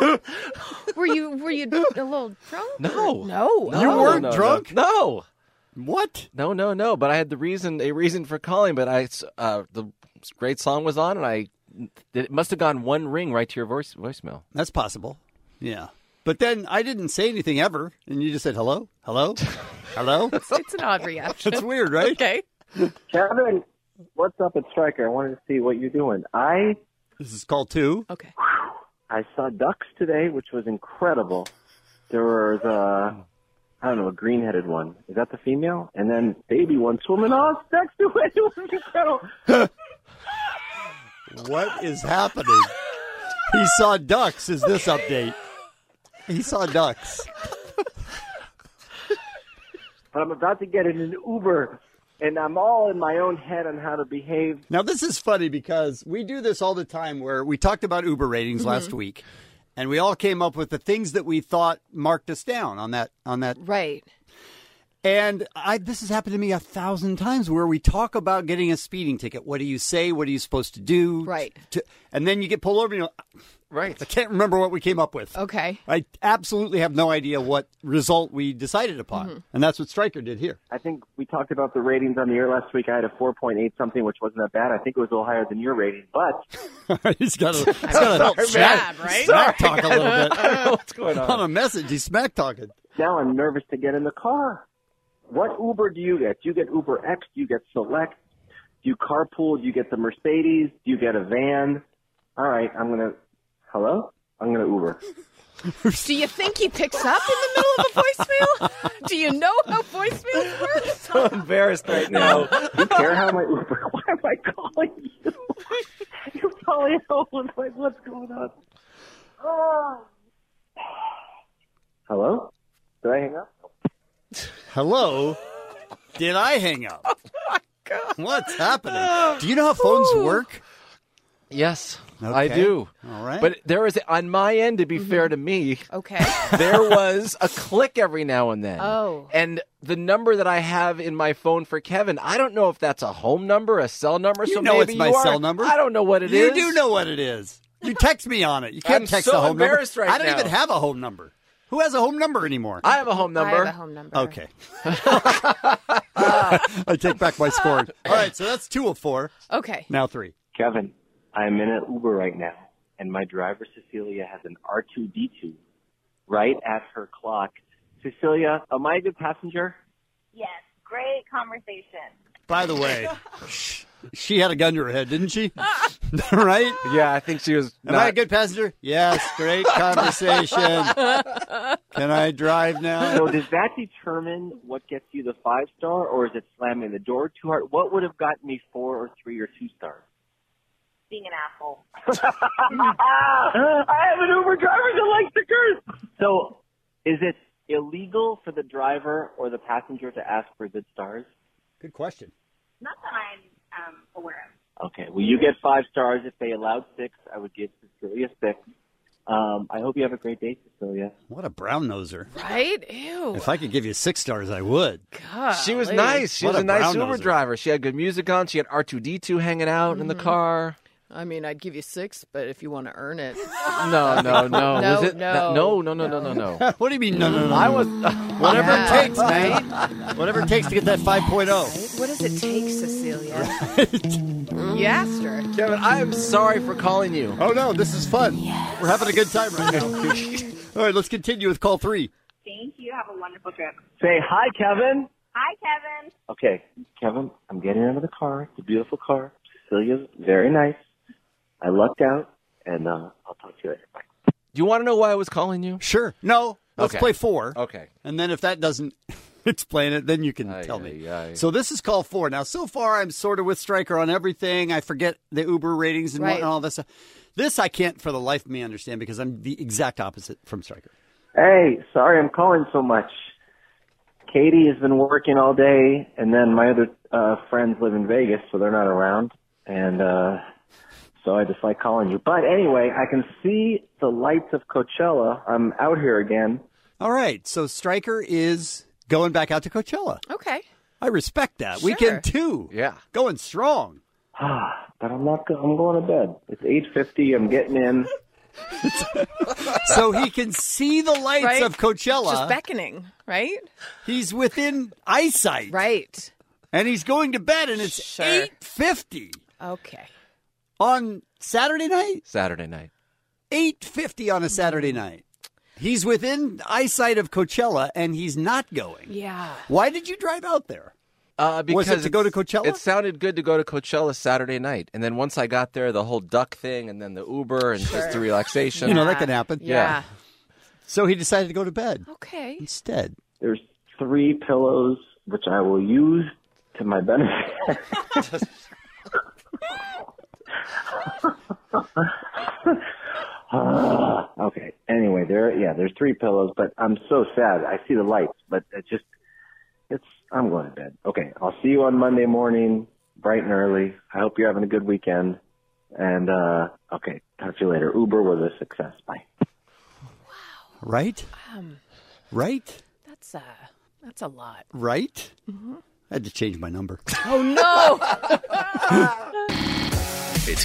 hell? were you were you a little drunk? No.
No. no, no, No.
What?
No, no, no. But I had the reason, a reason for calling. But I, uh, the great song was on, and I, it must have gone one ring right to your voice voicemail.
That's possible. Yeah. But then I didn't say anything ever, and you just said, hello, hello, hello.
It's an odd reaction.
It's weird, right?
Okay.
Kevin, what's up at Striker? I wanted to see what you're doing. I.
This is call two.
Okay.
I saw ducks today, which was incredible. There was a, I don't know, a green headed one. Is that the female? And then baby one swimming off next to it. It was incredible.
What is happening? he saw ducks. Is this update? He saw ducks.
But I'm about to get in an Uber, and I'm all in my own head on how to behave.
Now this is funny because we do this all the time where we talked about Uber ratings last
Mhm.
week and we all came up with the things that we thought marked us down on that on that
Right.
And I this has happened to me a thousand times where we talk about getting a speeding ticket. What do you say? What are you supposed to do? Right. and then you get pulled over and you're "Ah,
Right.
I can't remember what we came up with.
Okay.
I absolutely have no idea what result we decided upon. And that's what Stryker did here.
I think we talked about the ratings on the air last week. I had a 4.8 something, which wasn't that bad. I think it was a little higher than your rating, but
he's got a, he's
I'm
got a
sorry,
smack,
man. Right?
smack
Sorry,
talk a
guys.
little bit.
I don't know what's going on.
a message, he's smack talking.
now I'm nervous to get in the car. What Uber do you get? Do you get Uber X? Do you get Select? Do you carpool? Do you get the Mercedes? Do you get a van? All right, I'm gonna. Hello, I'm gonna Uber.
Do you think he picks up in the middle of a voicemail? Do you know how voicemails work?
so embarrassed right now. you care how my Uber? Why am I calling you? You're calling home. Like, what's going on?
Oh.
Hello? Did I hang up?
Hello? Did I hang up? Oh my god. What's happening? Do you know how phones work?
Yes, I
Okay.
do.
All right.
But there is, on my end, to be fair to me,
Mm-hmm. okay,
there was a click every now and then.
Oh.
And the number that I have in my phone for Kevin, I don't know if that's a home number, a cell number.
You
so
know
maybe
it's my
you are.
cell number.
I don't know what it is.
You do know what it is. You text me on it. You can't
I'm
text
so
a home number.
embarrassed right
I don't
now.
even have a home number. Who has a home number anymore?
I have a home
I have number. a home number.
Okay. I take back my score. Ah. All right, so that's two of four.
Okay.
Now three.
Kevin, I'm in an Uber right now, and my driver Cecilia has an R2D2 right at her clock. Cecilia, am I a good passenger?
Yes, great conversation.
By the way, she had a gun to her head, didn't she? right?
Yeah, I think she was.
Am
not-
I a good passenger? Yes. Great conversation. Can I drive now?
So does that determine what gets you the five star, or is it slamming the door too hard? What would have gotten me four or three or two stars?
Being an asshole.
I have an Uber driver that likes to curse. So is it illegal for the driver or the passenger to ask for good stars?
Good question.
Not that I'm um, aware of.
Okay, well, you get five stars. If they allowed six, I would give Cecilia six. Um, I hope you have a great day, Cecilia.
What a brown noser.
Right? Ew.
If I could give you six stars, I would.
She was
Golly.
nice. She
What
was a
a
nice
brown
Uber
noser.
driver. She had good music on. She had R two D two hanging out in the
Mm-hmm.
car.
I mean, I'd give you six, but if you want to earn it.
No, no, no.
No,
Was it-
no,
no, no, no, no, no, no.
what do you mean? No, no, no.
I was
Whatever
Yeah,
it takes,
right?
man. Whatever it takes to get that oh. 5.0.
What does it take, Cecilia? You asked her.
Kevin, I am sorry for calling you.
Oh, no, this is fun. We're having a good time right now. All right, let's continue with call three.
Thank you. Have a wonderful trip.
Say hi, Kevin.
Hi, Kevin.
Okay, Kevin, I'm getting out of the car. It's a beautiful car. Cecilia's very nice. I lucked out, and uh, I'll talk to you later. Bye.
Do you want to know why I was calling you?
Sure. No, let's
Okay.
play four.
Okay.
And then if that doesn't explain it, then you can tell me. So this is call four. Now, so far, I'm sort of with Stryker on everything. I forget the Uber ratings and, what-
Right.
and all this. stuff. This I can't for the life of me understand because I'm the exact opposite from Stryker.
Hey, sorry I'm calling so much. Katie has been working all day, and then my other uh, friends live in Vegas, so they're not around, and uh, so I just like calling you. But anyway, I can see the lights of Coachella. I'm out here again.
All right. So Stryker is going back out to Coachella.
Okay.
I respect that.
Sure.
Weekend two.
Yeah.
Going strong.
but I'm not. Go- I'm going to bed. It's 8:50. I'm getting in.
so he can see the lights
Right?
of Coachella.
Just beckoning, right?
He's within eyesight.
Right.
And he's going to bed and it's 8:50
Okay.
on Saturday night?
Saturday night.
8:50 on a
Mm-hmm.
Saturday night. He's within eyesight of Coachella and he's not going.
Yeah.
Why did you drive out there?
Uh, because
Was it to go to
it's-
Coachella?
It sounded good to go to Coachella Saturday night, and then once I got there, the whole duck thing, and then the Uber, and just the relaxation.
You know, that can happen.
Yeah.
So he decided to go to bed.
Okay.
Instead.
There's three pillows which I will use to my benefit. Ah, okay. Anyway, There, yeah, there's three pillows, but I'm so sad. I see the lights, but it just, it's. I'm going to bed. Okay, I'll see you on Monday morning, bright and early. I hope you're having a good weekend. And uh okay, talk to you later. Uber was a success. Bye.
Right?
Um,
Right?
that's a that's a lot.
Right?
Mhm.
I had to change my number.
Oh no!
It's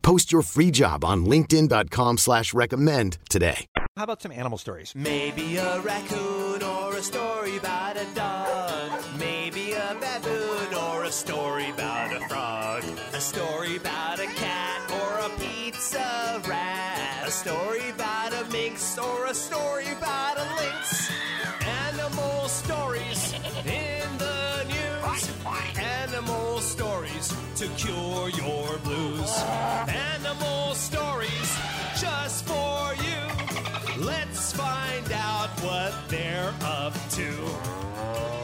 Post your free job on linkedin.com/recommend slash recommend today.
How about some animal stories?
Maybe a raccoon or a story about a dog. Maybe a baboon or a story about a frog. A story about a cat or a pizza rat. A story about a minx or a story about a lynx. Animal stories in the news. Animal stories to cure your blues. Animal stories just for you. Let's find out what they're up to.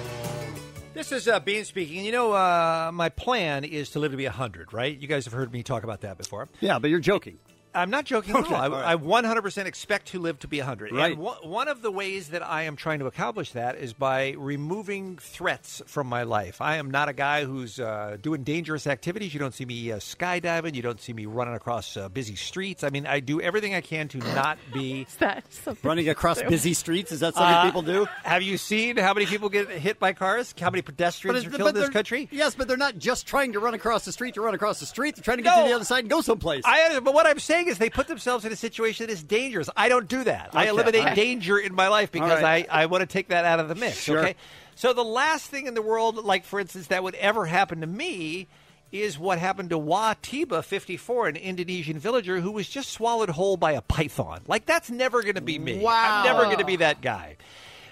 This is uh, Bean speaking. You know, uh, my plan is to live to be 100, right? You guys have heard me talk about that before.
Yeah, but you're joking.
I'm not joking at
Okay,
all. I,
all right.
I 100% expect to live to be 100.
Right.
And one, one of the ways that I am trying to accomplish that is by removing threats from my life. I am not a guy who's uh, doing dangerous activities. You don't see me uh, skydiving. You don't see me running across uh, busy streets. I mean, I do everything I can to not be
Running across
So-
busy streets, is that something
Uh,
people do?
Have you seen how many people get hit by cars? How many pedestrians are
it's-
killed in this
they're-
country?
Yes, but they're not just trying to run across the street to run across the street. They're trying to get to the other side and go someplace.
I, but what I'm saying is they put themselves in a situation that is dangerous. I don't do that. I
Okay,
eliminate
all right.
danger in my life because
right.
I, I want to take that out of the mix.
Sure.
Okay. So the last thing in the world, like for instance, that would ever happen to me is what happened to Wah Tiba 54, an Indonesian villager who was just swallowed whole by a python. Like that's never going to be me.
Wow.
I'm never going to be that guy.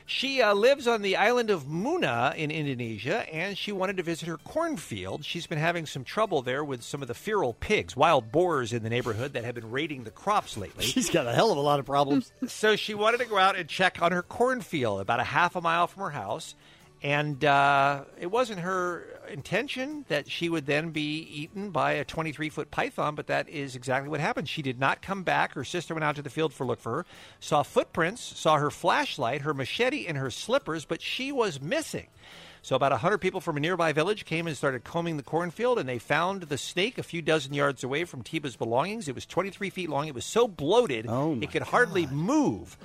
She uh, lives on the island of Muna in Indonesia, and she wanted to visit her cornfield. She's been having some trouble there with some of the feral pigs, wild boars in the neighborhood that have been raiding the crops lately.
She's got a hell of a lot of problems.
so she wanted to go out and check on her cornfield about a half a mile from her house. And uh, it wasn't her intention that she would then be eaten by a 23 foot python, but that is exactly what happened. She did not come back. Her sister went out to the field for look for her, saw footprints, saw her flashlight, her machete, and her slippers, but she was missing. So about 100 people from a nearby village came and started combing the cornfield, and they found the snake a few dozen yards away from Tiba's belongings. It was 23 feet long. It was so bloated,
Oh
it could hardly move.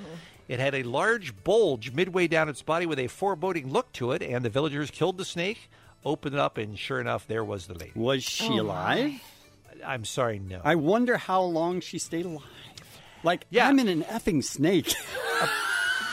It had a large bulge midway down its body with a foreboding look to it, and the villagers killed the snake, opened it up, and sure enough, there was the lady.
Was she Oh, my. alive?
I'm sorry, no.
I wonder how long she stayed alive. Like, I'm in an effing snake.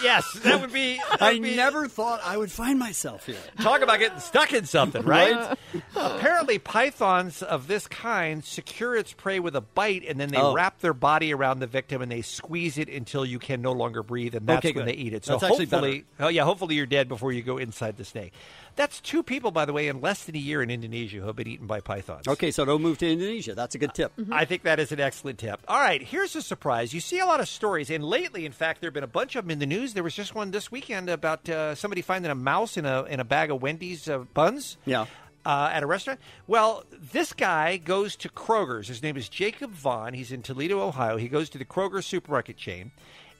yes, that would be.
I never thought I would find myself here.
Talk about getting stuck in something, right? Apparently, pythons of this kind secure its prey with a bite, and then they
Oh.
wrap their body around the victim and they squeeze it until you can no longer breathe, and that's
Okay,
when
good.
they eat it. So
That's actually
hopefully, oh yeah, hopefully you're dead before you go inside the snake. That's two people, by the way, in less than a year in Indonesia who have been eaten by pythons. Mm-hmm.
Okay, so don't move to Indonesia. That's a good tip.
I think that is an excellent tip. All right, here's a surprise. You see a lot of stories, and lately, in fact, there have been a bunch of them in the news. There was just one this weekend about uh, somebody finding a mouse in a in a bag of Wendy's uh, buns.
Yeah.
Uh, at a restaurant. Well, this guy goes to Kroger's. His name is Jacob Vaughn. He's in Toledo, Ohio. He goes to the Kroger supermarket chain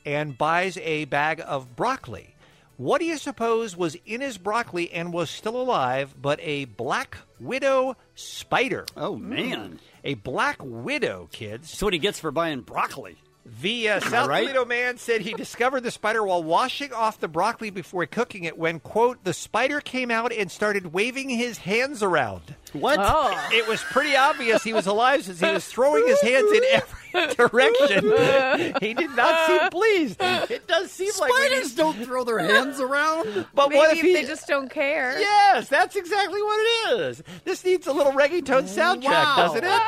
and buys a bag of broccoli. What do you suppose was in his broccoli and was still alive but a black widow spider?
Oh, man.
A black widow, kids. That's
what he gets for buying broccoli.
The uh,
Am I
South
right?
Toledo man said he discovered the spider while washing off the broccoli before cooking it when, quote, the spider came out and started waving his hands around.
What?
Oh.
It was pretty obvious he was alive since he was throwing his hands in every direction. he did not seem pleased. It does seem like we
Spiders
need-
don't throw their hands around.
But
Maybe
what if, he
they just don't care?
Yes, that's exactly what it is. This needs a little reggaeton soundtrack,
Wow.
doesn't it?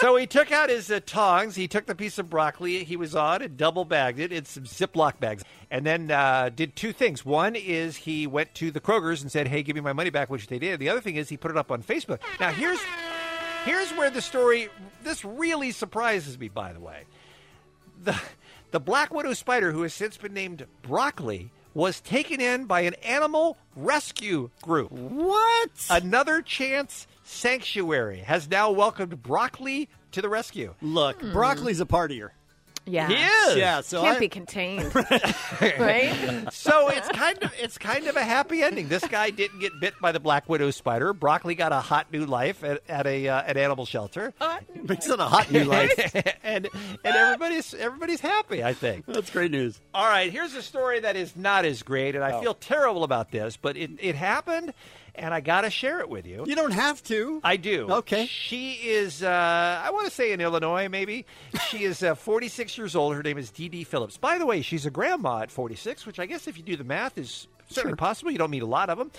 so he took out his uh, tongs. He took the piece of broccoli he was on and double bagged it in some Ziploc bags. And then uh, did two things. One is he went to the Kroger's and said, hey, give me my money back, which they did. The other thing is he put it up on Facebook. Now, here's, here's where the story, this really surprises me, by the way. The, the black widow spider, who has since been named Broccoli, was taken in by an animal rescue group.
What?
Another chance sanctuary has now welcomed Broccoli to the rescue.
Look,
Hmm.
broccoli's a partier.
Yeah.
He is. Yeah, so
Can't
I-
be contained. right?
so it's kind of it's kind of a happy ending. This guy didn't get bit by the black widow spider. Broccoli got a hot new life at, at a uh, an animal shelter.
Makes it a hot new life.
and and everybody's everybody's happy. I think
that's great news. Oh.
All right, here's a story that is not as great, and I feel terrible about this, but it, it happened, and I got to share it with you.
You don't have to.
I do. Okay. She is, uh, I want to say in Illinois, maybe. She is uh, 46 years old. Her name is Dee Dee Phillips. By the way, she's a grandma at 46, which I guess if you do the math is certainly possible. You don't meet a lot of them.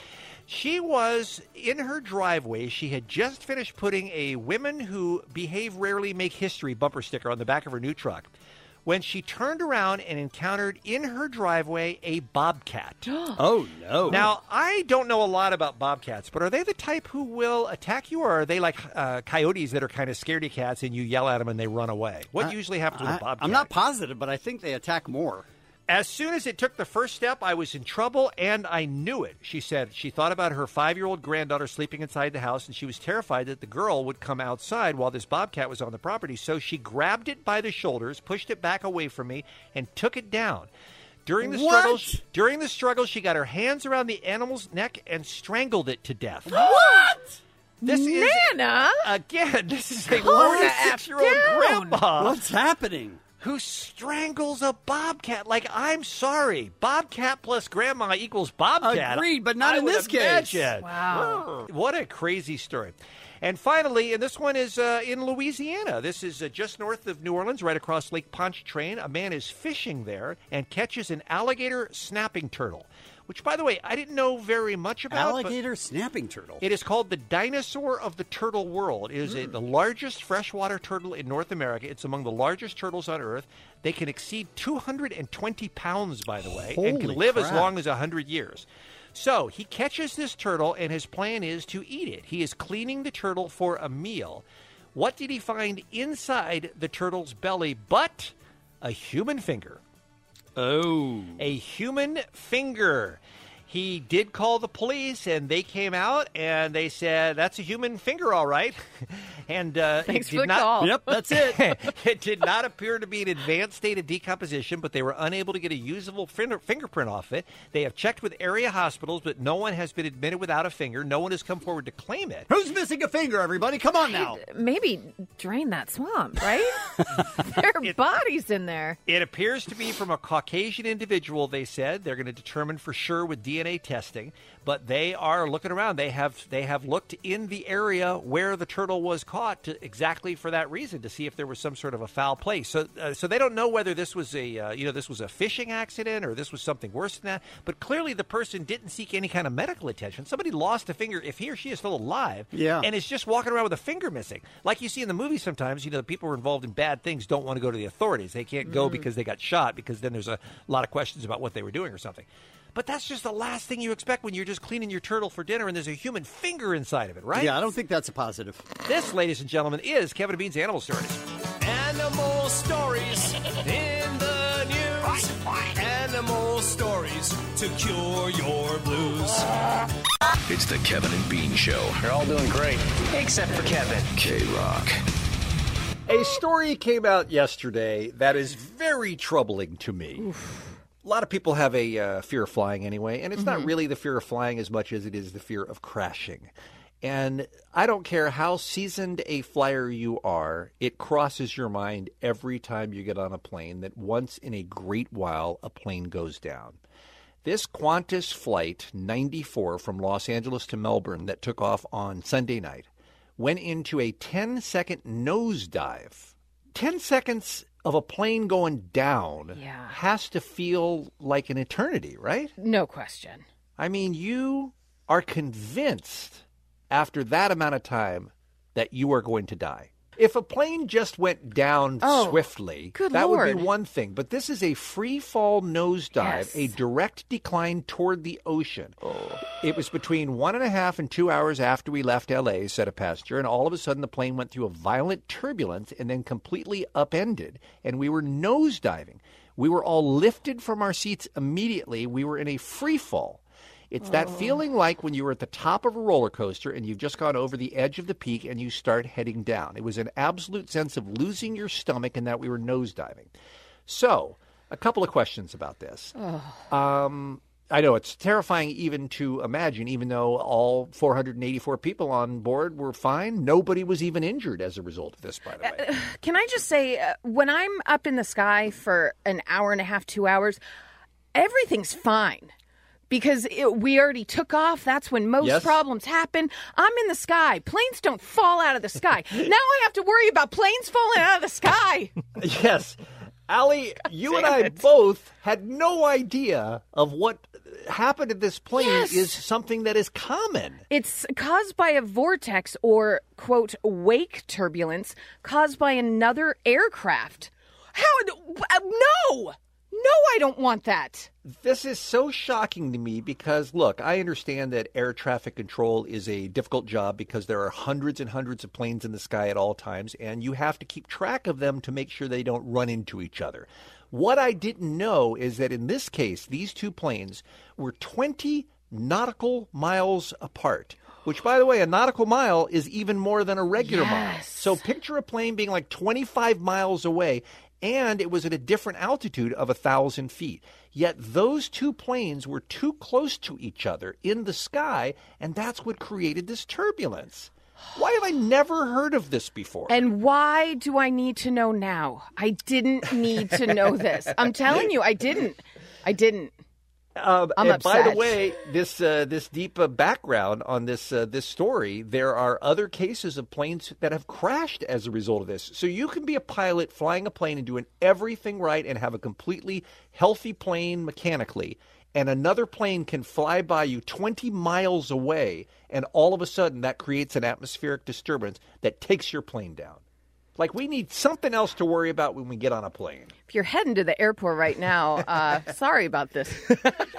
She was in her driveway. She had just finished putting a Women Who Behave Rarely Make History bumper sticker on the back of her new truck when she turned around and encountered in her driveway a bobcat.
oh no!
Now I don't know a lot about bobcats, but are they the type who will attack you, or are they like uh, coyotes that are kind of scaredy cats and you yell at them and they run away? What
I-
usually happens with
I-
a bobcat?
I'm not positive, but I think they attack more.
As soon as it took the first step, I was in trouble and I knew it, she said. She thought about her five year old granddaughter sleeping inside the house and she was terrified that the girl would come outside while this bobcat was on the property. So she grabbed it by the shoulders, pushed it back away from me, and took it down. During the struggle, during the struggle, she got her hands around the animal's neck and strangled it to death.
What?
This is
Nana?
again. This is a
Calm the F
forty-six-year-old
down.
grandma.
What's happening?
Who strangles a bobcat? Like I'm sorry, bobcat plus grandma equals bobcat.
Agreed, but not
I
in
would
this case.
imagine.
Wow.
What a crazy story. And finally, and this one is uh, in Louisiana. This is uh, just north of New Orleans, right across Lake Pontchartrain. A man is fishing there and catches an alligator snapping turtle, which, by the way, I didn't know very much about. but-
Alligator snapping turtle.
it is called the dinosaur of the turtle world. It is a, the largest freshwater turtle in North America. It's among the largest turtles on Earth. They can exceed 220 pounds, by the way, and
Holy
can live as
crap.
long as 100 years. So he catches this turtle, and his plan is to eat it. He is cleaning the turtle for a meal. What did he find inside the turtle's belly but a human finger?
Oh.
A human finger. He did call the police, and they came out and they said, "That's a human finger, all right." and uh,
Thanks
it
for
did
the
not,
call. Yep, that's
it. it did not appear to be an advanced state of decomposition, but they were unable to get a usable fin- fingerprint off it. They have checked with area hospitals, but no one has been admitted without a finger. No one has come forward to claim it.
Who's missing a finger? Everybody, come on now.
Maybe drain that swamp, right? there are bodies in there.
It appears to be from a Caucasian individual, they said. They're going to determine for sure with DNA testing, but they are looking around. They have they have looked in the area where the turtle was caught to, exactly for that reason to see if there was some sort of a foul play. So uh, so they don't know whether this was a uh, you know this was a fishing accident or this was something worse than that, but clearly the person didn't seek any kind of medical attention. Somebody lost a finger if he or she is still alive.
Yeah.
And is just walking around with a finger missing. Like you see in the movies sometimes, you know, the people who are involved in bad things don't want to go to the authorities. They can't go
Mm.
because they got shot because then there's a lot of questions about what they were doing or something. But that's just the last thing you expect when you're just cleaning your turtle for dinner and there's a human finger inside of it, right?
Yeah, I don't think that's a positive.
This, ladies and gentlemen, is Kevin and Bean's Animal Stories.
Animal stories in the news. Animal stories to cure your blues.
It's the Kevin and Bean Show. You're all doing great, except for Kevin. K Rock.
A story came out yesterday that is very troubling to me. A lot of people have a uh, fear of flying anyway, and it's not really the fear of flying as much as it is the fear of crashing. And I don't care how seasoned a flyer you are, it crosses your mind every time you get on a plane that once in a great while a plane goes down. This Qantas flight 94 from Los Angeles to Melbourne that took off on Sunday night went into a 10 second nosedive. 10 seconds of a plane going down has to feel like an eternity, right?
No question.
I mean, you are convinced after that amount of time that you are going to die. If a plane just went down
Oh,
swiftly,
good
that would
Lord.
be one thing. But this is a free fall nosedive, a direct decline toward the ocean. It was between one and a half and two hours after we left LA, said a passenger, and all of a sudden the plane went through a violent turbulence and then completely upended, and we were nosediving. We were all lifted from our seats immediately. We were in a free fall. It's that
Oh.
feeling like when you were at the top of a roller coaster and you've just gone over the edge of the peak and you start heading down. It was an absolute sense of losing your stomach and that we were nosediving. So, a couple of questions about this. Um, I know it's terrifying even to imagine, even though all 484 people on board were fine. Nobody was even injured as a result of this, by the way.
Uh, Can I just say, uh, when I'm up in the sky for an hour and a half, two hours, everything's fine because it, we already took off. That's when most
Yes.
problems happen. I'm in the sky. Planes don't fall out of the sky. now I have to worry about planes falling out of the sky.
yes. Allie, you and I both had no idea of what happened to this plane is something that is common.
It's caused by a vortex or, quote, wake turbulence caused by another aircraft. How? uh, No! No, I don't want that.
This is so shocking to me because, look, I understand that air traffic control is a difficult job because there are hundreds and hundreds of planes in the sky at all times, and you have to keep track of them to make sure they don't run into each other. What I didn't know is that in this case, these two planes were 20 nautical miles apart. Which, by the way, a nautical mile is even more than a regular mile. So picture a plane being like 25 miles away, and it was at a different altitude of 1,000 feet. Yet those two planes were too close to each other in the sky, and that's what created this turbulence. Why have I never heard of this before?
And why do I need to know now? I didn't need to know this. I'm telling you, I didn't. I didn't.
Um,
I'm
and by the
upset.
way, this uh, this deep uh, background on this uh, this story, there are other cases of planes that have crashed as a result of this. So you can be a pilot flying a plane and doing everything right and have a completely healthy plane mechanically, and another plane can fly by you 20 miles away, and all of a sudden that creates an atmospheric disturbance that takes your plane down. Like we need something else to worry about when we get on a plane.
If you're heading to the airport right now, uh, sorry about this.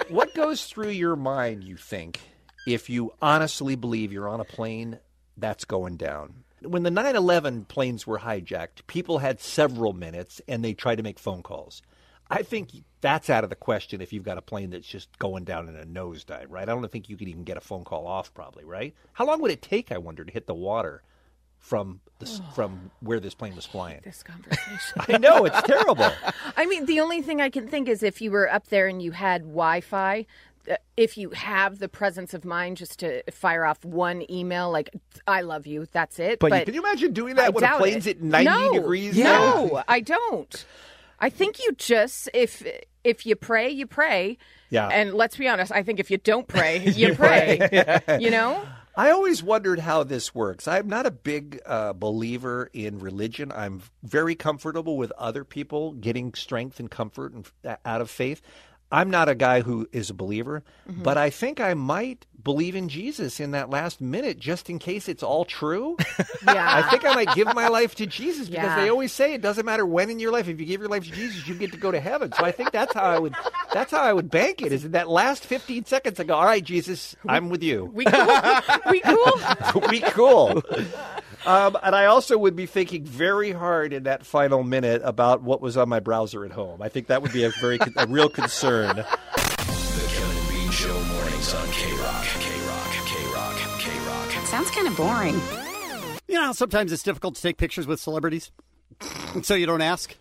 what goes through your mind, you think, if you honestly believe you're on a plane that's going down? When the 9 11 planes were hijacked, people had several minutes and they tried to make phone calls. I think that's out of the question if you've got a plane that's just going down in a nosedive, right? I don't think you could even get a phone call off, probably, right? How long would it take, I wonder, to hit the water from the, s from where this plane was flying?
This conversation.
I know, it's terrible.
I mean, the only thing I can think is if you were up there and you had Wi Fi, if you have the presence of mind just to fire off one email, like, I love you, that's it.
But you- can you imagine doing that
I
when a
doubt
plane's
it.
at 90
no,
degrees
No,
now?
I don't. I think you just, if if you pray, you pray.
Yeah.
And let's be honest, I think if you don't pray, you, pray. you know?
I always wondered how this works. I'm not a big uh, believer in religion. I'm very comfortable with other people getting strength and comfort and, out of faith. I'm not a guy who is a believer,
Mm-hmm.
Mhm.
but I think I might believe in Jesus in that last minute just in case it's all true.
Yeah.
I think I might give my life to Jesus because
Yeah.
they always say it doesn't matter when in your life. If you give your life to Jesus, you get to go to heaven. So I think that's how I would. That's how I would bank it. Is in that last 15 seconds? I go, all right, Jesus, I'm with you.
We cool. we cool.
we cool. Um, and I also would be thinking very hard in that final minute about what was on my browser at home. I think that would be a very a real concern.
The Kevin and Bean Show mornings on K Rock. K Rock. K Rock. K Rock.
Sounds kind of boring. You know, how sometimes it's difficult to take pictures with celebrities, and so you don't ask.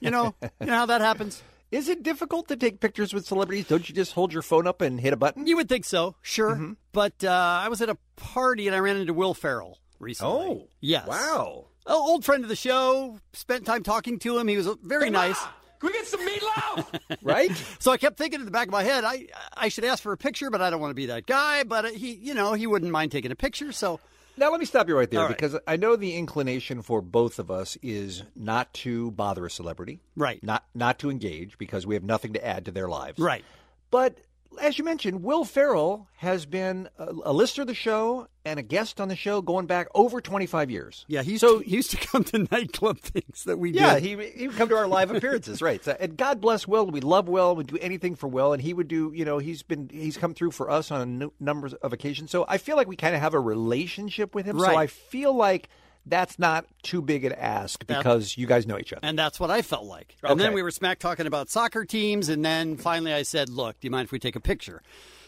You know, you know how that happens.
Is it difficult to take pictures with celebrities? Don't you just hold your phone up and hit a button? Mm-hmm.
You would think so, sure. But uh, I was at a party and I ran into Will Ferrell recently.
Oh,
yes.
wow.
An old friend of the show. Spent time talking to him. He was very nice.
Can we get some meatloaf?
right?
So I kept thinking in the back of my head, I I should ask for a picture, but I don't want to be that guy. But uh, he, you know, he wouldn't mind taking a picture. So
Now let me stop you right there
All right.
because I know the inclination for both of us is not to bother a celebrity,
right?
Not not to engage because we have nothing to add to their lives,
Right.
But as you mentioned, Will Farrell has been a, a listener of the show and a guest on the show going back over 25 years.
Yeah, he used, so, he used to come to nightclub things that we
yeah,
did.
he he would come to our live appearances, right? So, and God bless Will. We love Will. Would do anything for Will, and he would do. You know, he's been he's come through for us on a nu- numbers of occasions. So I feel like we kind of have a relationship with him.
Right.
So I feel like that's not too big an ask
That-
because you guys know each other.
And that's what I felt like. And then
Okay.
we were smack talking about soccer teams. And then finally I said, Look, do you mind if we take a picture?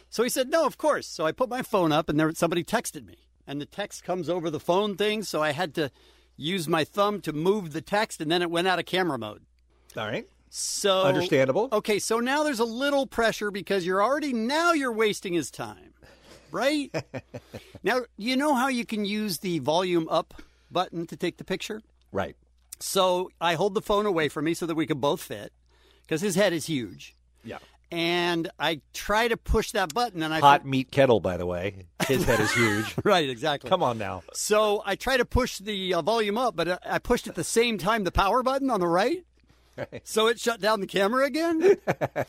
So he said, No, of course. So I put my phone up and there somebody texted me. And the text comes over the phone thing. So I had to use my thumb to move the text. And then it went out of camera mode.
All right.
So
Understandable.
Okay. So now there's a little pressure because you're already, now you're wasting his time, right? now, you know how you can use the volume up button to take the picture?
Right.
So I hold the phone away from me so that we can both fit because his head is huge.
Yeah.
And I try to push that button and I
Hot meat kettle, by the way. His head is huge.
right, exactly.
Come on now.
So I try to push the uh, volume up, but I- I pushed at the same time the power button on the right. So it shut down the camera again.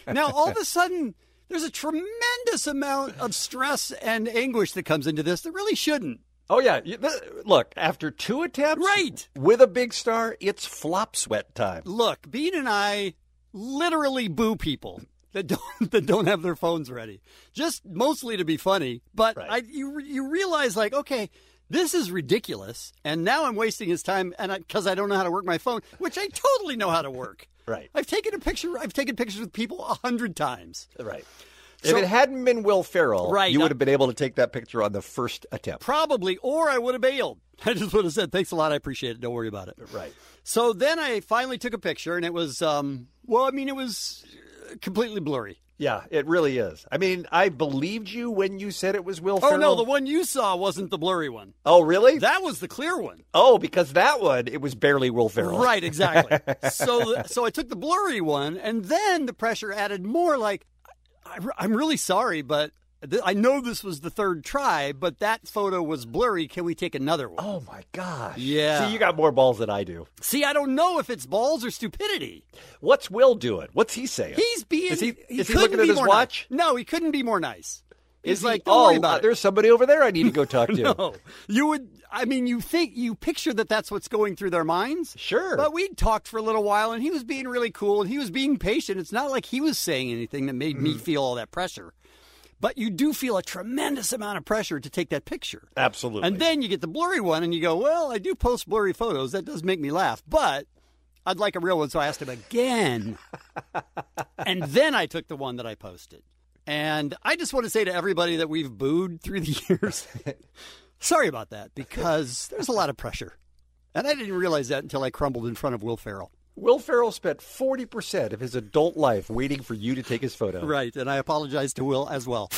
now all of a sudden, there's a tremendous amount of stress and anguish that comes into this that really shouldn't.
Oh yeah, You- th- look after two attempts,
right?
With a big star, it's flop sweat time.
Look, Bean and I literally boo people that don't that don't have their phones ready, just mostly to be funny. But I, you re- you realize like, okay, this is ridiculous, and now I'm wasting his time, and because I, don't know how to work my phone, which I totally know how to work.
Right.
I've taken a picture. I've taken pictures with people a hundred times.
Right.
So-
if it hadn't been Will Ferrell,
Right,
you
I-
would have been able to take that picture on the first attempt.
Probably, or I would have bailed. I just would have said, "Thanks a lot. I appreciate it. Don't worry about it."
Right.
So then I finally took a picture, and it was, um, well, I mean, it was uh, completely blurry.
Yeah, it really is. I mean, I believed you when you said it was Will
Oh
Ferrell.
no, the one you saw wasn't the blurry one.
Oh, really?
That was the clear one.
Oh, because that one it was barely Will Ferrell.
Right, exactly. so so I took the blurry one, and then the pressure added more. Like, I, am really sorry, but th- I know this was the third try, but that photo was blurry. Can we take another one?
Oh my gosh.
Yeah.
See, you got more balls than I do.
See, I don't know if it's balls or stupidity.
What's Will doing? What's he saying?
He's being.
Is he, is he
couldn't
looking at
be
his
more
watch?
ni- No, he couldn't be more nice. He's
is
like,
he,
don't
oh,
worry about
uh,
it.
there's somebody over there I need to go talk to.
No, you would. I mean, you think you picture that that's what's going through their minds.
Sure.
But we talked for a little while, and he was being really cool, and he was being patient. It's not like he was saying anything that made
Mm.
me feel all that pressure. But you do feel a tremendous amount of pressure to take that picture.
Absolutely.
And then you get the blurry one, and you go, "Well, I do post blurry photos. That does make me laugh, but I'd like a real one." So I asked him again, and then I took the one that I posted. And I just want to say to everybody that we've booed through the years, sorry about that, because there's a lot of pressure, and I didn't realize that until I crumbled in front of Will Farrell.
Will Ferrell spent 40% of his adult life waiting for you to take his photo.
Right, and I apologize to Will as well.